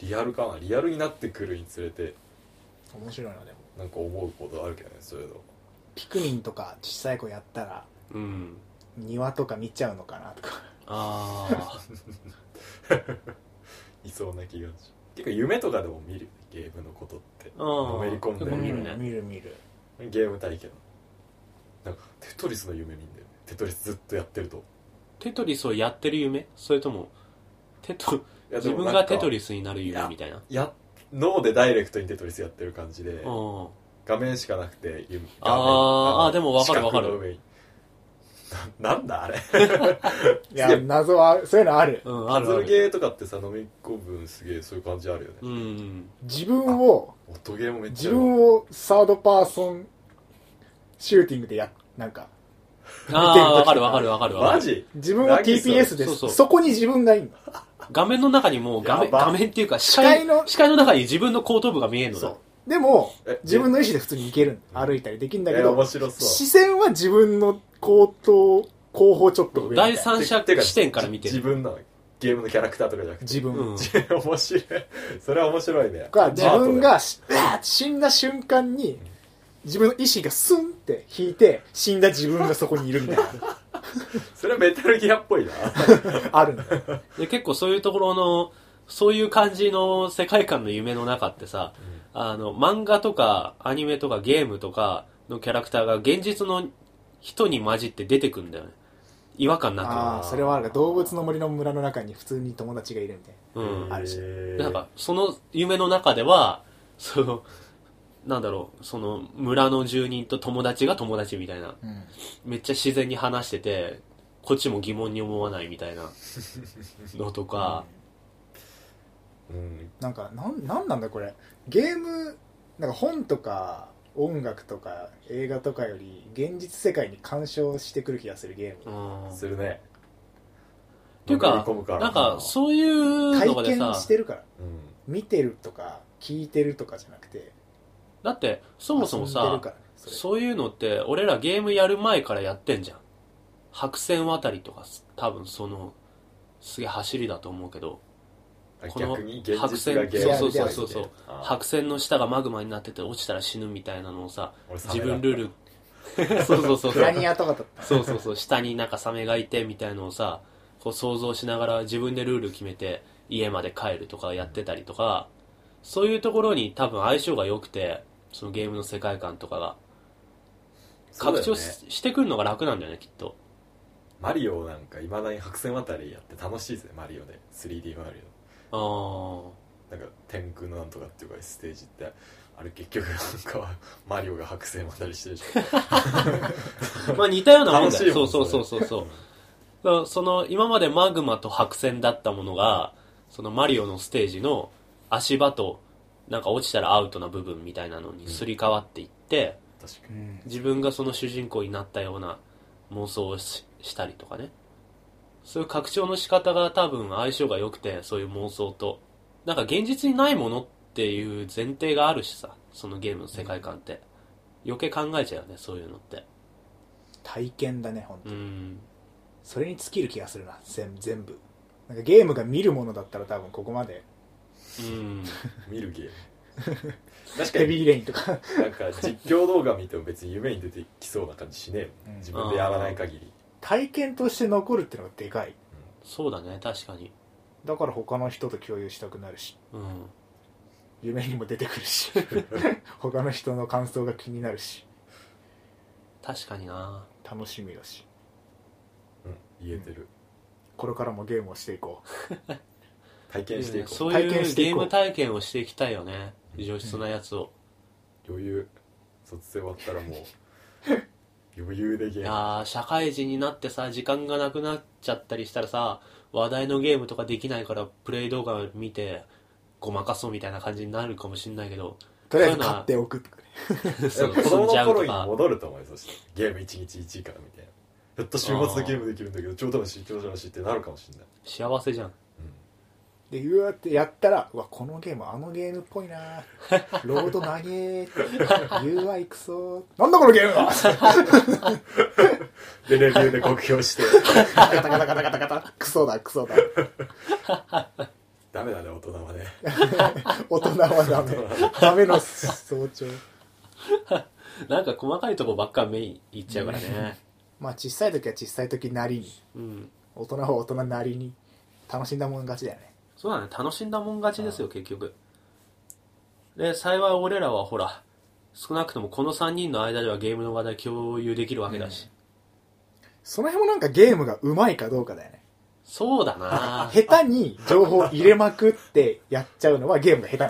C: リアルかなリアルになってくるにつれて
A: 面白いなでも
C: なんか思うことあるけどねそういうの
A: ピクミンとか小さい子やったら
B: うん
A: 庭とか見ちゃうのかなとか
B: ああ
C: いそうな気がする結構夢とかでも見るゲームのことって
B: あー
C: のめり込んで
B: 結構見るね
A: 見る見る
C: ゲーム体験なんかテトリスの夢見んだよねテトリスずっとやってると
B: テトリスをやってる夢それともテト
C: いやで
B: 自
C: も
B: 分
C: なん
B: が
C: か
B: テトリスになる夢みたいな
C: や脳でダイレクトにテトリスやってる感じで
B: うん
C: 画面しかなくて夢
B: あー
C: 画面の
B: あーでもわかる
C: 四角の
B: わか
C: 上にななんだあれ
A: いや謎はそういうのある
B: うんあ
C: パズ
B: るあ
C: ル
B: る
C: ゲーとかってさ飲み込むすげえそういう感じあるよね
B: うん
A: 自分を
C: 音ゲーもめっ
A: 自
C: ちゃあるわ
A: 分をサードパーソンシューティングでやなんか
B: あ
C: [laughs]
B: あわかるわかるわかるわか
C: マ
B: る
C: ジ
A: 自分を
C: 何それ
A: TPS で
B: そうそ
A: そうこに自分がいるの
B: 画面の中にもう画面
C: やば
B: 画面っていうか視
A: 視界
B: 界
A: の
B: 視界の中に自分の後頭部が見えるのだ
A: そうでも
C: え
A: 自分の意思で普通に行けるの歩いたりできるんだけ
C: え面
A: ど
C: 白そう
A: 視線は自分の後頭後方ちょっと上みたい
B: 第
A: な
B: 三者
C: てか
B: 視点から見て
C: じ自
B: る
C: 分なのゲームのキャラクターとかじゃなくて
A: 自分、
B: うん
C: 面白いそれは面白いね
A: が自分
C: アー
A: がしうわーって死んだ瞬間に自分の意志がスンって引いて死んだ自分がそこにいるみたいな
C: トでそれはメタルギアっぽいな
A: [laughs] あるのよ
B: で結構そういうところのそういう感じの世界観の夢の中ってさ、あの漫画とかアニメとかゲームとかのキャラクターが現実の人に混じって出てくんだよね違和感な
A: ああそれはあるが動物の森の村の中に普通に友達がいるみたい
B: くうん
A: あるし
C: へー
B: なんかその夢の中ではそのなんだろうその村の住人と友達が友達みたいな
A: な、うん、
B: めっちゃ自然に話しててこっちも疑問に思わないみたいなのと
A: [laughs]
B: か、
C: うん
A: なんかなんなんなんだこれゲームなんか本とか音楽とか映画とかより現実世界に干渉してくる気がするゲーム
B: うん
C: するねって
B: いうかなんかそういうのが
A: 体
B: で
A: 験
B: さ
A: してるから
C: うん
A: 見てるとか聞いてるとかじゃなくて
B: だってそ
A: そ
B: もそも
A: 遊んで
B: さ
A: るからねそれ
B: そういうのって俺らゲームやる前からやってんじゃん白線渡りとか多分そのすげえ走りだと思うけど
C: あ
B: この
C: 逆に現
B: 白
C: 実
B: 線
C: がゲーム
A: そうそう
B: そうそうそう
C: あ
B: 白線の下がマグマになってて落ちたら死ぬみたいなのをさ
C: 俺サメ
B: 自
C: だった
B: 分ル [laughs] ールそうそうそう
A: ピ
B: そ
A: ラ
B: う
A: ニアとかだった
B: そうそうそう下になんかサメがいてみたいのをさこう想像しながら自分でルール決めて家まで帰るとかやってたりとかそういうところに多分相性が良くてそのゲームの世界観とかが
C: そうだ
B: 拡
C: よね
B: 張し,、してくるのが楽なんだよねきっと
C: マリオなんかいまだに白線渡りやって楽しいぜマリオで 3D マリ
B: あー
C: [laughs] オなんか天空のなんとかっていうかステージってあれ結局なんかマリオが白線渡りしてるじ
B: まあ似たようなもんだよ。
C: 楽しいもん
B: そうそうそうそうそう。だからその今までマグマと白線だったものが、そのマリオのステージの足場と、なんか落ちたらアウトな部分みたいなのにすり替わっていって、
C: ゃん確か
A: う
C: に
A: ん
B: 自分がその主人公になったような妄想をししたりとかね。そういう拡張の仕方が多分相性が良くて、そういう妄想と。なんか現実にないものっていう前提があるしさ、そのゲームの世界観って。余計考えちゃうよね、そういうのって。
A: 体験だね本当、
B: うん。
A: それに尽きる気がするな全全部なんかゲームが見るものだったら多分ここまで
B: うん。
C: 見るゲーム確か
A: ヘ
C: に
A: ビーレインとか
C: なんか実況動画見ても別に夢に出てきそうな感じしねえ
A: う
C: も
A: ん
C: ん自分でやらない限り
A: 体験として残るってのがでかい
B: そうだね、確かに。
A: だから他の人と共有したくなるし
B: うん。
A: 夢にも出てくるし他の人の感想が気になるし
B: 確かにな
A: 楽しみだし
C: うん言えてる
A: これからもゲームをしていこ
C: 体験していこ
B: そういう
A: 体験してい
B: ゲー
A: こう
B: ム体験をしていきたいよね。上質なやつを。
C: う余裕卒業終わったらもう余裕でゲ
B: い
C: ーム
B: やー社会人になってさ、時間がなくなっちゃったりしたらさ、話題のゲームとかできないから、プレイ動画見て、ごまかそうみたいな感じになるかもしんないけど、
A: うとりあえず買っておくとかね
B: そ
C: 子
B: う
C: 供
B: 積んじゃ
C: の
B: う
C: 頃
B: と
C: に
B: か。
C: 戻ると思うよそしてゲーム1日1時間みたいなやっと週末でゲームできるんだけど超楽しい超楽しいってなるかもしれない
B: 幸せじゃん。
A: でうわーってやったらうわこのゲームあのゲームっぽいなロード長え UI クソなんだこのゲームは
C: で、レビューで酷評して、
A: ガタガタガタガタガタクソだクソだ
C: ダメだね、大人はね。
A: 大人はダメダメの早朝
B: なんか細かいとこばっか目いっちゃうからね。
A: まあ小さい時は小さい時なりに
B: うん。
A: 大人は大人なりに楽しんだもん勝ちだよね
B: そうだね、楽しんだもん勝ちですよ、結局。で、幸い俺らはほら、少なくともこの3人の間ではゲームの話題共有できるわけだし。
A: その辺もなんかゲームがうまいかどうかだよね
B: そう
A: [laughs]
B: だな
A: 下手に情報入れまくってやっちゃうのはゲームが下手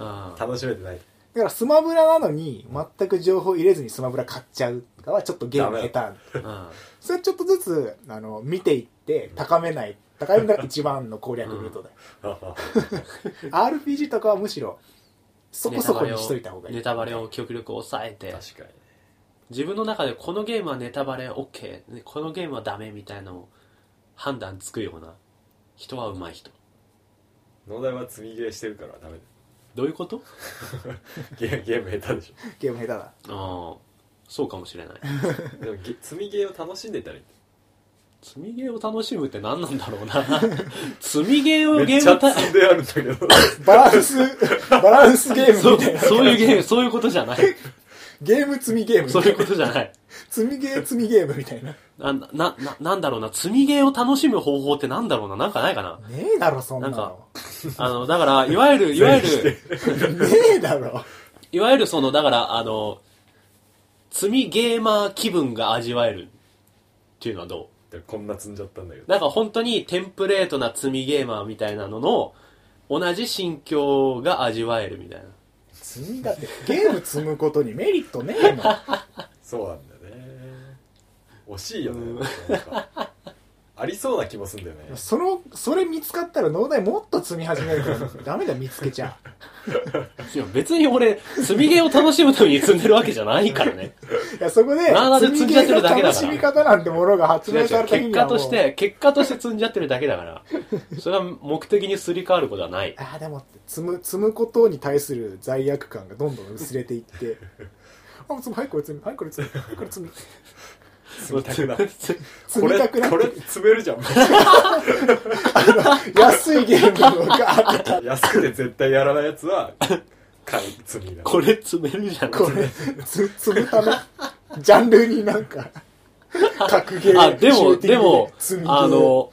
A: なの
B: うん。
C: 楽しめてない。
A: だからスマブラなのに全く情報入れずにスマブラ買っちゃうかはちょっとゲーム下手
B: うん。
A: それちょっとずつあの見ていって高めない高めるのが一番の攻略ルートだよ、RPG とかはむしろそこそこにしといた方がいい
B: ネタバレを極力抑えて、
C: 確かにね。
B: 自分の中でこのゲームはネタバレ OK、ねこのゲームはダメみたいなのを判断つくような人は上手い人。
C: 農大は積み切れしてるからダメだ
B: どういうこと
C: ゲーゲーム下手でし
A: ゲーム下手だ
B: ああ、そうかも
A: [laughs]
B: しれない。
C: ょ。でも、ゲ積み切れを楽しんでたらいい。
B: 積みゲーを楽しむって何なんだろうな。 [laughs] 積みゲーをゲ
C: め
B: ー
C: っち
B: ム
C: ゃ
B: た、
C: 積んであるんだけど。
A: バランスバランスゲー
B: そ
A: ム
B: う
A: みたいな
B: そういうゲーム、そういうことじゃない。
A: ゲーム積みゲーム
B: そういうことじゃない。
A: 積みゲー積みゲームみたいなね
B: な、な、な、なんだろうな。積みゲーを楽しむ方法ってなんだろうな。なんかないかな。
A: えだろそんな
B: なんか
A: の
B: あの、だから、いわゆる、いわゆる、
A: ねえだろ
B: いわゆるその、だから、あの、積みゲーマー気分が味わえるっていうのはど
C: でこんな積んじゃったんだけ
B: う
C: ど。
B: なんか本当にテンプレートな積みゲーマーみたいなのの、同じ心境が味わえるみたいな。
A: 積みだってゲーム積むことにメリットねえの
C: そうなんだよね。惜しいよ
B: うん
C: ね。なんかありそうな気もすんだよね。
A: [laughs] そのそれ見つかったら農大もっと積み始めるからダメだよ見つけちゃ
B: いや別に俺、積みゲーを楽しむために積んでるわけじゃないから
A: [laughs]
B: ね。
A: いやそこで
B: なんだって積んじゃってるだけだから
A: 積みゲーの楽しみ方なんてものが発
B: 違う違
A: 明
B: う
A: された日
B: 結
A: には
B: 果
A: もう
B: として、結果として積んじゃってるだけだから。それは目的にすり替わること
A: [laughs]
B: はない。
A: ああでも積む積むことに対する罪悪感がどんどん薄れていってあ積むはいこれ積むはいこれ積むはいこれ積む
C: 積みたくなる。
A: 積
C: こ
A: み
C: れ、
A: たくなっ
C: これ積めるじゃん。
A: て安いゲームのが
C: [laughs] 安くて絶対やらないやつは、買い積み
B: [laughs]
C: だ。
B: これ積めるじゃん。
A: これつ積むためジャンルになんか格ゲー
B: あ、で
A: シュ
B: も、
A: ーティング
B: でも
A: 積み、ゲー
B: あの、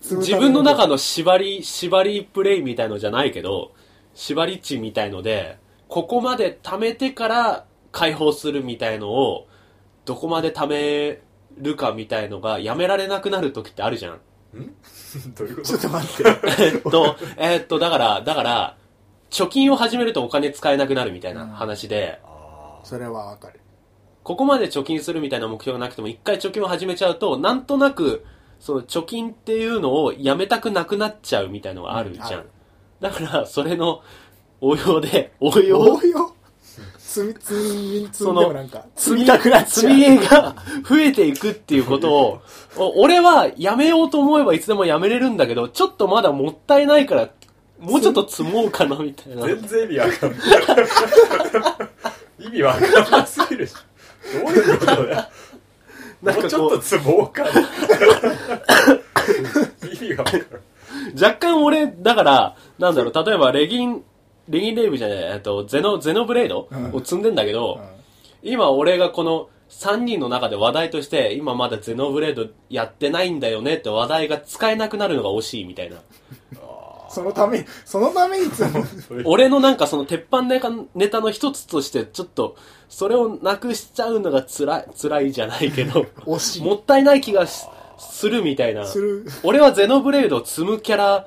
A: 積むため
B: 自分の中の縛り、縛りプレイみたいのじゃないけど、縛り値みたいので、ここまで貯めてから解放するみたいのを、どこまで貯めるかみたいのがやめられなくなる時ってある
A: [laughs]
B: じゃん。
C: どういうこ
A: ちょっ
C: と
A: と待って
B: えっと、えっと、だから、だから、貯金を始めるとお金使えなくなるみたいな話で、
C: あー
A: それはわ
B: [laughs]
A: かる
B: ここまで貯金するみたいな目標がなくても、一回貯金を始めちゃうと、なんとなく、その貯金っていうのをやめたくなくなっちゃうみたいのがあるじゃ
A: う
B: ん。
A: んある
B: だから、それの応用で、応用
A: 応、用積み積み積
B: そ
A: ん
B: の
A: でもなんか積みたくなっちゃ
B: 積み
A: う
B: 絵が増えていくっていうことを、お俺はやめようと思えばいつでもやめれるんだけど、ちょっとまだもったいないから、もうちょっと積もうかなみたい [laughs] な。
C: 全然意味わかんない。意味わかんなすぎるし。どういうことだよ。も
B: なんかこう
C: うちょっと積もうかな。意味がわかんない。
B: [laughs] 若干俺、だから、なんだろう、例えばレギン、レギンレイブじゃない、えっと、ゼノ、ゼノブレード
A: うん
B: を積んでんだけど、
A: うん
B: 今俺がこの3人の中で話題として、今まだゼノブレードやってないんだよねって話題が使えなくなるのが惜しいみたいな。
A: そのためそのために積む
B: 俺のなんかその鉄板ネタネタの一つとして、ちょっと、それをなくしちゃうのが辛い、辛いじゃないけど、
A: [laughs] 惜しい
B: もったいない気がしするみたいな。
A: する
B: 俺はゼノブレードを積むキャラ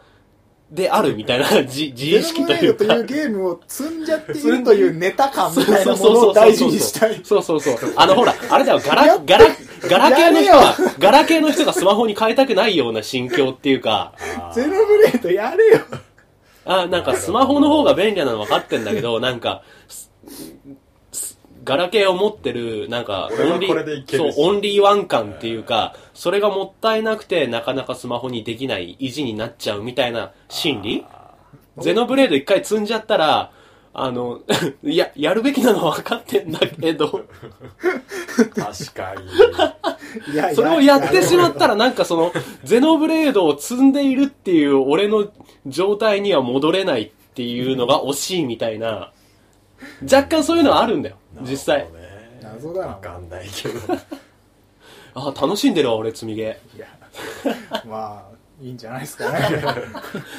B: であるみた
A: [laughs]
B: いな、じ自
A: ゲ
B: 意
A: ノ
B: 識
A: ム
B: と
A: レイ
B: い
A: ド
B: う
A: と
B: か。
A: いうゲームを積んじゃっているというネタ感みたいなもの
B: そうそうそうそう
A: を大事にしたい
B: そうそうそう。あのほら、あれだよ、ガ
A: や
B: ラ、
A: っ
B: ガラ、ガラ系の人
A: や
B: が、ガラ系の人がスマホに変えたくないような心境っていうか、
A: ゼノブレードやれよ
C: [laughs]
B: あ、なんかスマホの方が便利なの分かってんだけど、なんか、すすガラケーを持ってる、なんか、
C: 俺は
B: オンリ
C: これでいけ
B: ー、
C: るし
B: そう、オンリーワン感っていうか、それがもったいなくて、なかなかスマホにできない意地になっちゃうみたいな心理ゼノブレード一回積んじゃったら、あの、 [laughs] いや、やるべきなのは分かってんだけど、
C: 確かに。
A: いや
B: それをやってしまったらなんかその、ゼノブレードを積んでいるっていう俺の状態には戻れないっていうのが惜しいみたいな、若干そういうのはあるんだよ、実際。
A: 謎だな
C: わかんないけど。
B: あ、楽しんでるわ、俺、積みゲ
A: いやまあいいんじゃないですかね
B: ー。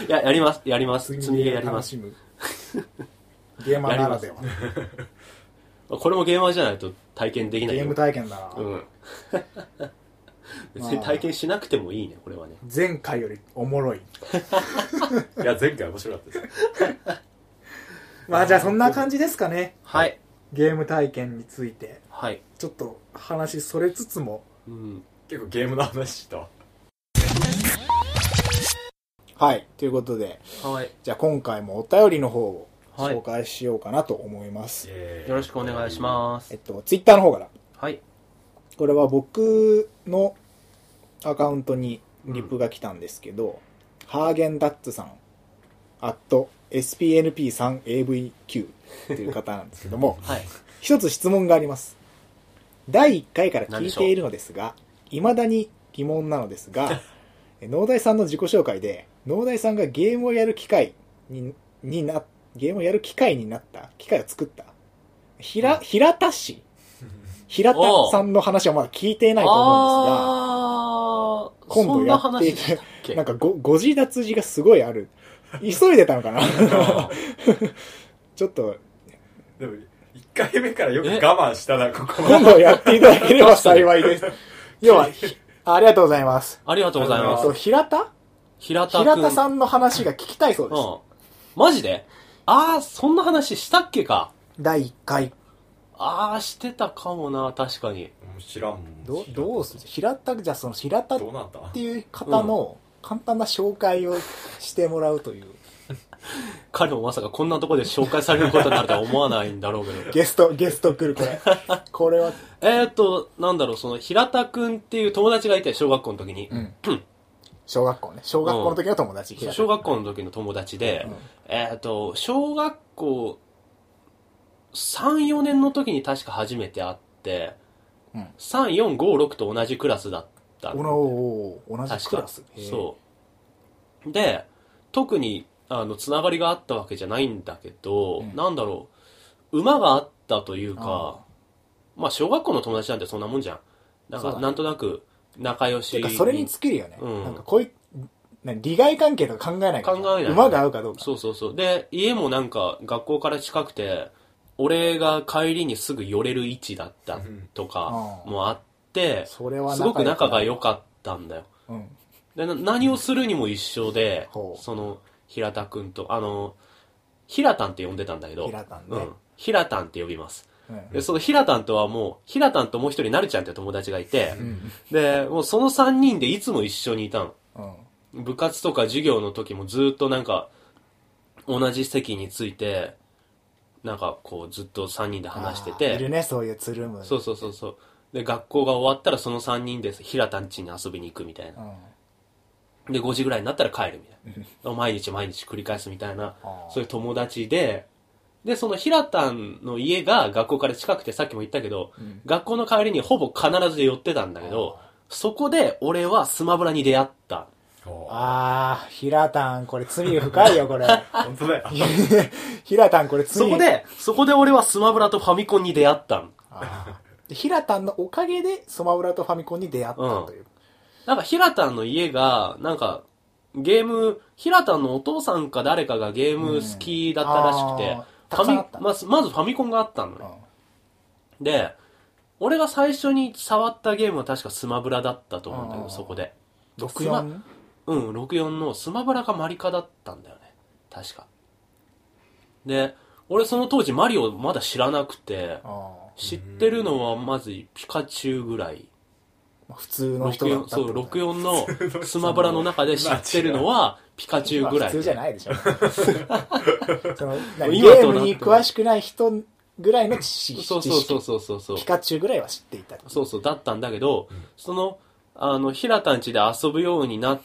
B: いや、やります、やります。積みゲーやりま
A: 楽
B: す
A: し。むゲーマーならでは
B: これもゲーマーじゃないと体験で
A: ゲ
B: きないよ。
A: ーム体験だな、
B: うん。 [laughs] 別に体験しなくてもいいね、これはね。
A: 前回よりおもろい
C: いや、前回面白かったです。
A: まあじゃあそんな感じですかね
B: はい。
A: ゲーム体験について
B: はい。
A: ちょっと話それつつも
B: うん。
C: 結構ゲームの話したわ。
A: はいということで
B: はい。
A: じゃあ今回もお便りの方を
B: はい
A: 紹介しようかなと思います、
B: よろしくお願いします
A: えっ
B: す。
A: とツイッターの方から
B: はい。、
A: これは僕のアカウントにリプが来たんですけど、ハーゲンダッツさん、アット SPNP3AVQ っていう方なんですけども
B: はい。
A: 一つ質問があります。第1回から聞いているのですが、未だに疑問なのですが、農大さんの自己紹介で、農大さんがゲームをやる機会ににな、ゲームをやる機会になった、機会を作った、ひら、平田氏平田さんの話はまだ聞いていないと思うんですが、今
B: あー、そ
A: 度
B: ん
A: やっ
B: な
A: て
B: 話
A: い
B: でしたっけ
A: て、なんかご、ご自脱字がすごいある。急いでたのかな [laughs] ちょっと、
C: でも、1回目からよく我慢したな、ここ
A: 今
C: は。
A: 度やっていただければ幸い [laughs] です。要は、ひありがとうございます。
B: ありがとうござい
A: え
B: ま
A: っ
B: す
A: と、。平田
B: 平田くん。
A: 平田さんの話が聞きたいそうで
B: う
A: す。
B: ん。マジであー、そんな話したっけか。
A: 第1回。
B: あー、してたかもな、確かに。
C: 知らんもん。
A: どう、どうする平田、じゃあその平田っ
C: どうなった
A: ていう方の簡単な紹介をしてもらうという、
B: 彼もまさかこんなとこで紹介されることになるとは思わないんだろうけど。
A: ゲス [laughs] ト、ゲスト来る、これ。これは、
B: えーっと、なんだろう、その、平田くんっていう友達がいて、小学校の時に。
A: うん。小学校ね。小学校の時の友達。
B: そう小学校の時の友達で、
A: うん
B: えーっと、小学校3、4年の時に確か初めて会って、
A: うん
B: 3、4、5、6と同じクラスだった
A: おのおーおー同じ
B: 確
A: ク
B: か
A: ラス
B: そうで特にあのつながりがあったわけじゃないんだけど、
A: うん
B: なんだろう馬があったというか
A: あ
B: まあ小学校の友達なんてそんなもんじゃんなん
A: そう
B: か
A: だね
B: なんとなく仲良し
A: てかそれに尽きるよね、
B: うん
A: なんかこういう何利害関係とか考えないから
B: 考えない
A: 馬が合うかどうか
B: そうそうそうで家もなんか学校から近くて俺が帰りにすぐ寄れる位置だったとかもあって、
A: それは
B: すごく仲が
A: 良
B: 良かったんだよ
A: くなる、
B: でな何をするにも一緒で、
A: ほう
B: その平田くんとあの平田んって呼んでたんだけど
A: 平田んね
B: うん、平田んって呼びます
A: うんうん
B: でその平田んとはもう平田んともう一人なるちゃんって友達がいて、
A: ん
B: でもうその3人でいつも一緒にいたの
A: うん
B: 部活とか授業の時もずっとなんか同じ席についてなんかこうずっと3人で話して
A: あーいる
B: て
A: ねそういうつるむ
B: そうそうそうそうで学校が終わったらその3人で平田ん家に遊びに行くみたいな
A: うん
B: で、5時ぐらいになったら帰るみたいな。毎日毎日繰り返すみたいな
A: あ、ー
B: そういう友達で、で、その平田の家が学校から近くてさっきも言ったけど、
A: ん
B: 学校の帰りにほぼ必ず寄ってたんだけど、そこで俺はスマブラに出会った。
A: あ
C: あ
A: ー平たんこれ罪が深いよこれ [laughs]
C: あ、本当
B: [laughs]
C: だよ。
A: 平たんこれ罪
B: そこで、そこで俺はスマブラとファミコンに出会ったの。
A: あー平たんのおかげでスマブラとファミコンに出会ったという、
B: なんか平田の家が、なんか、ゲーム、平田のお父さんか誰かがゲーム好きだったらしく
A: う
B: て
A: んあー、
B: フ
A: たくさんあ
B: ァ
A: った
B: ミまず、まずファミコンがあったのね。で、俺が最初に触ったゲームは確かスマブラだったと思うんだけ
A: あ
B: ど、
A: ー
B: そこで。
A: うん、
B: スマ
A: 64
B: うん、64のスマブラかマリカだったんだよね。確か。で、俺その当時マリオまだ知らなくて、
A: あ
B: 知ってるのはまずピカチュウぐらい。
A: ー普通の人だっ
B: 64
A: た
B: そ
A: って
B: う、
A: ことね
B: 64
A: [laughs]
B: のスマブラの中で知ってるのはピカチュウぐ
A: まあ
B: [laughs] らい。
A: 普通じゃないでしょその
B: 今
A: ゲー
B: となっては
A: ムに詳しくない人ぐらいの知識。
B: そうそうそう
A: 知
B: そうそうそう
A: 識ピカチュウぐらいは知っていた。
B: そうそうだったんだけど、
C: うん
B: そのあの平田んちで遊ぶようになっ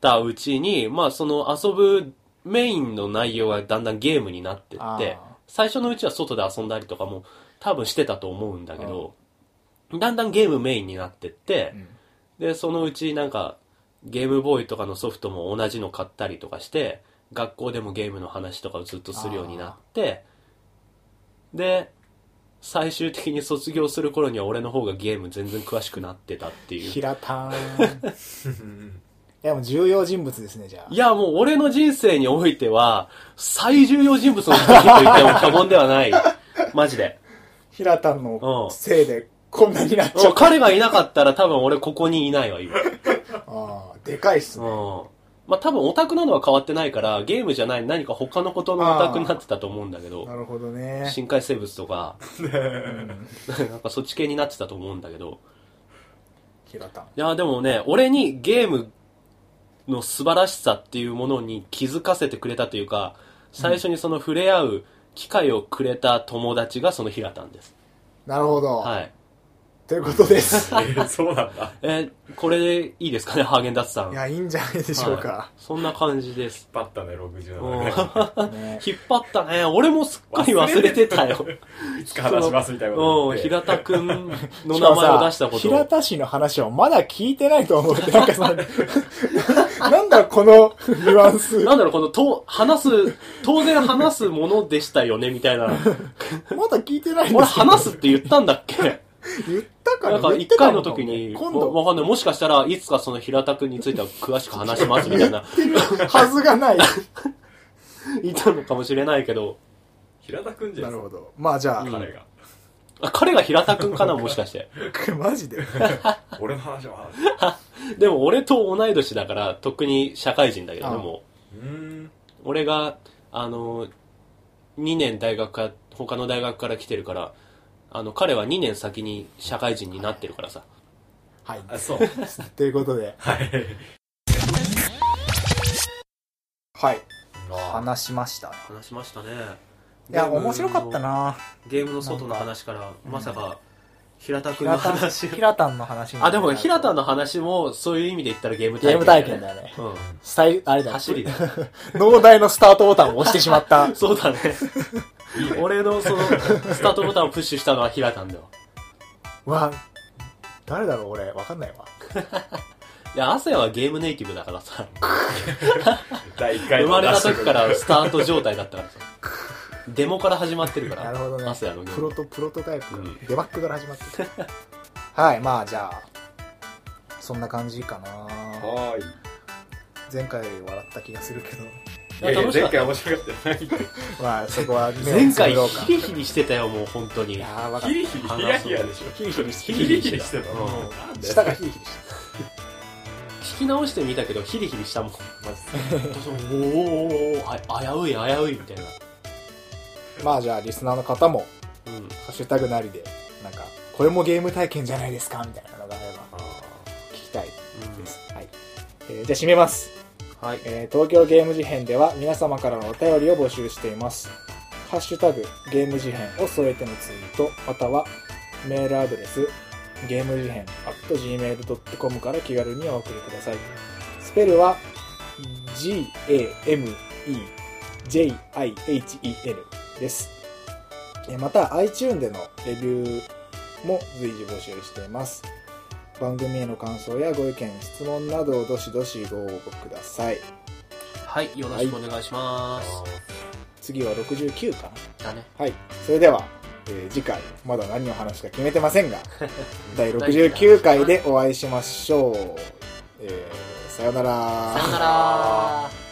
B: たうちにまあその遊ぶメインの内容がだんだんゲームになってっ
A: あー
B: て最初のうちは外で遊んだりとかも多分してたと思うんだけど、だんだんゲームメインになってって、
A: うん
B: でそのうちなんかゲームボーイとかのソフトも同じの買ったりとかして学校でもゲームの話とかをずっとするようになってで最終的に卒業する頃には俺の方がゲーム全然詳しくなってたっていう
A: 平たん。いや、もう重要人物ですね、じゃあ。
B: いやもう俺の人生においては最重要人物の一人と言っても過言ではないマジで
A: 平田
B: う
A: の
B: ん
A: せいでこんなになっちゃ
B: もう
A: った。
B: 彼がいなかったら多分俺ここにいないわ今
A: ああ、でかいっすね。
B: うん。まあ多分オタクなのは変わってないから、ゲームじゃない何か他のことのオタクになってたと思うんだけど
A: な、るほどね。
B: 深海生物とか、
A: うん
B: [laughs] なんかそっち系になってたと思うんだけど。
A: 平田。
B: いや、でもね、俺にゲームの素晴らしさっていうものに気づかせてくれたというか、最初にその触れ合う機会をくれた友達がその平田んです。
A: なるほど。
B: はい。
A: ということです。
C: そうなんだ。
B: えーこれでいいですかね、ハーゲンダッツさん。
A: いや、いいんじゃないでしょうか
B: は。いそんな感じ
C: [laughs]
B: です。
C: パッタね、67
B: うん
C: ね。
A: ね
B: 引っ張ったね。俺もすっかり忘れてたよ。
C: [laughs] いつか話しますみたいなこ
B: う
C: と言
B: ん、
C: って
B: 平田くんの名前を出したこ
A: しかもさ平
B: と。
A: 田氏の話をまだ聞いてないと思って、なんか
B: [laughs]
A: その、なんだこのニュアンス。ま
B: なんだろう、この、と、話す、当然話すものでしたよね、みたいな。
A: だ聞いてないんで
B: 俺
A: すけど
B: 話すって言ったんだっけ
A: 言ったか
B: な
A: ら
B: んか
A: 言っ
B: 一
A: てた
B: 回
A: も
B: の
A: ん
B: 時に、
A: 今
B: わわ
A: 度、
B: かんない。もしかしたらいつかその平田くんについては詳しく話します、みたい [laughs] な、
A: はずが
B: [laughs]
A: ない。
B: 言ったのかもしれないけど。
C: 平田くんじゃ
A: なんる。ほど。まあじゃ
B: うん
C: 彼が。
B: あ彼が平田くんかな、もしかして。
A: あ、 [laughs] マジで。
C: 俺の話は。
B: でも俺と同い年だから、とっくに社会人だけど、
A: あ
B: で
A: あ
B: も、
C: うーん。
B: 俺が、あの、2年大学か、他の大学から来てるから、あの、彼は2年先に社会人になってるからさ。
A: はい。
C: あ、そう。
A: ということで、
C: はい。
A: はい。
C: あ
A: 話しました。
B: 話しましたね。
A: いや、面白かった。な
B: ゲームの外の話から、まさか、平田君の
A: 平田、
B: 話。
A: 平田の話に
B: あ、でも、平田の話も、そういう意味で言ったらゲーム
A: ゲ
B: 体
A: ーム
B: 験
A: 体
B: よ
A: 験
B: ね
A: だよね。
B: うん。
A: 最、あれだよ。
B: 走りだよ。
A: 農大のスタートボタンを押してしまった。
B: そうだね。俺の、その、スタートボタンをプッシュしたのは平田んだよ。
A: [laughs] わ、誰だろう俺、わかんないわ。
B: いや、亜生はゲームネイティブだからさ、
C: 第1回
B: 生
C: の
B: まれた
C: 話
B: 時からスタート状態だったからさ。デモから始まってるから。
A: なるほどね
B: 亜生のゲーム
A: プロト、プロトタイプ、
B: うん
A: デバッグから [laughs] 始まってるはい、まあじゃあ、そんな感じかな
C: はーい。
A: 前回より笑った気がするけど。 [laughs]
C: いやいや、
B: 楽しかっ
C: 前
B: た
C: 回面白かったよ。
A: まあそこは目を
B: 前
A: つぶ
B: 回
A: ろうか。
B: ヒリヒリしてたよもう本当
A: い
B: に
A: やー、わかっ
C: ヒリヒリ、ヒヤヒヤでしょ。ヒリヒリしてた。ヒリヒリしてた。
B: うん
C: なん
A: た。
C: で
A: 下がヒリヒリし
B: 聞き直してみたけどヒリヒリしたもんおーおーおーおーあ危うい危ういみたいな
A: た。まあじゃあ、リスナーの方も、
B: うん
A: ハッシュタグなりで、なんか、これもゲーム体験じゃないですかみたいなのがあれば、
C: あ
A: 聞きたいです。はい。えーじゃあ、締めます。
B: はい
A: えー東京ゲーム事変では皆様からのお便りを募集しています「ハッシュタグゲーム事変」を添えてのツイートまたはメールアドレスゲーム事変 at gmail.com から気軽にお送りくださいスペルは GAMEJIHEN ですえーまた iTune でのレビューも随時募集しています番組への感想やご意見質問などをどしどしご応募ください
B: はいよろしくお願いし
C: あ
B: ます、
A: 次は69かな
B: だね
A: はいそれでは、えー次回まだ何を話すか決めてませ [laughs] んが第
B: 第
A: 69回でお会いしましょう、えーさようなら
B: さよなら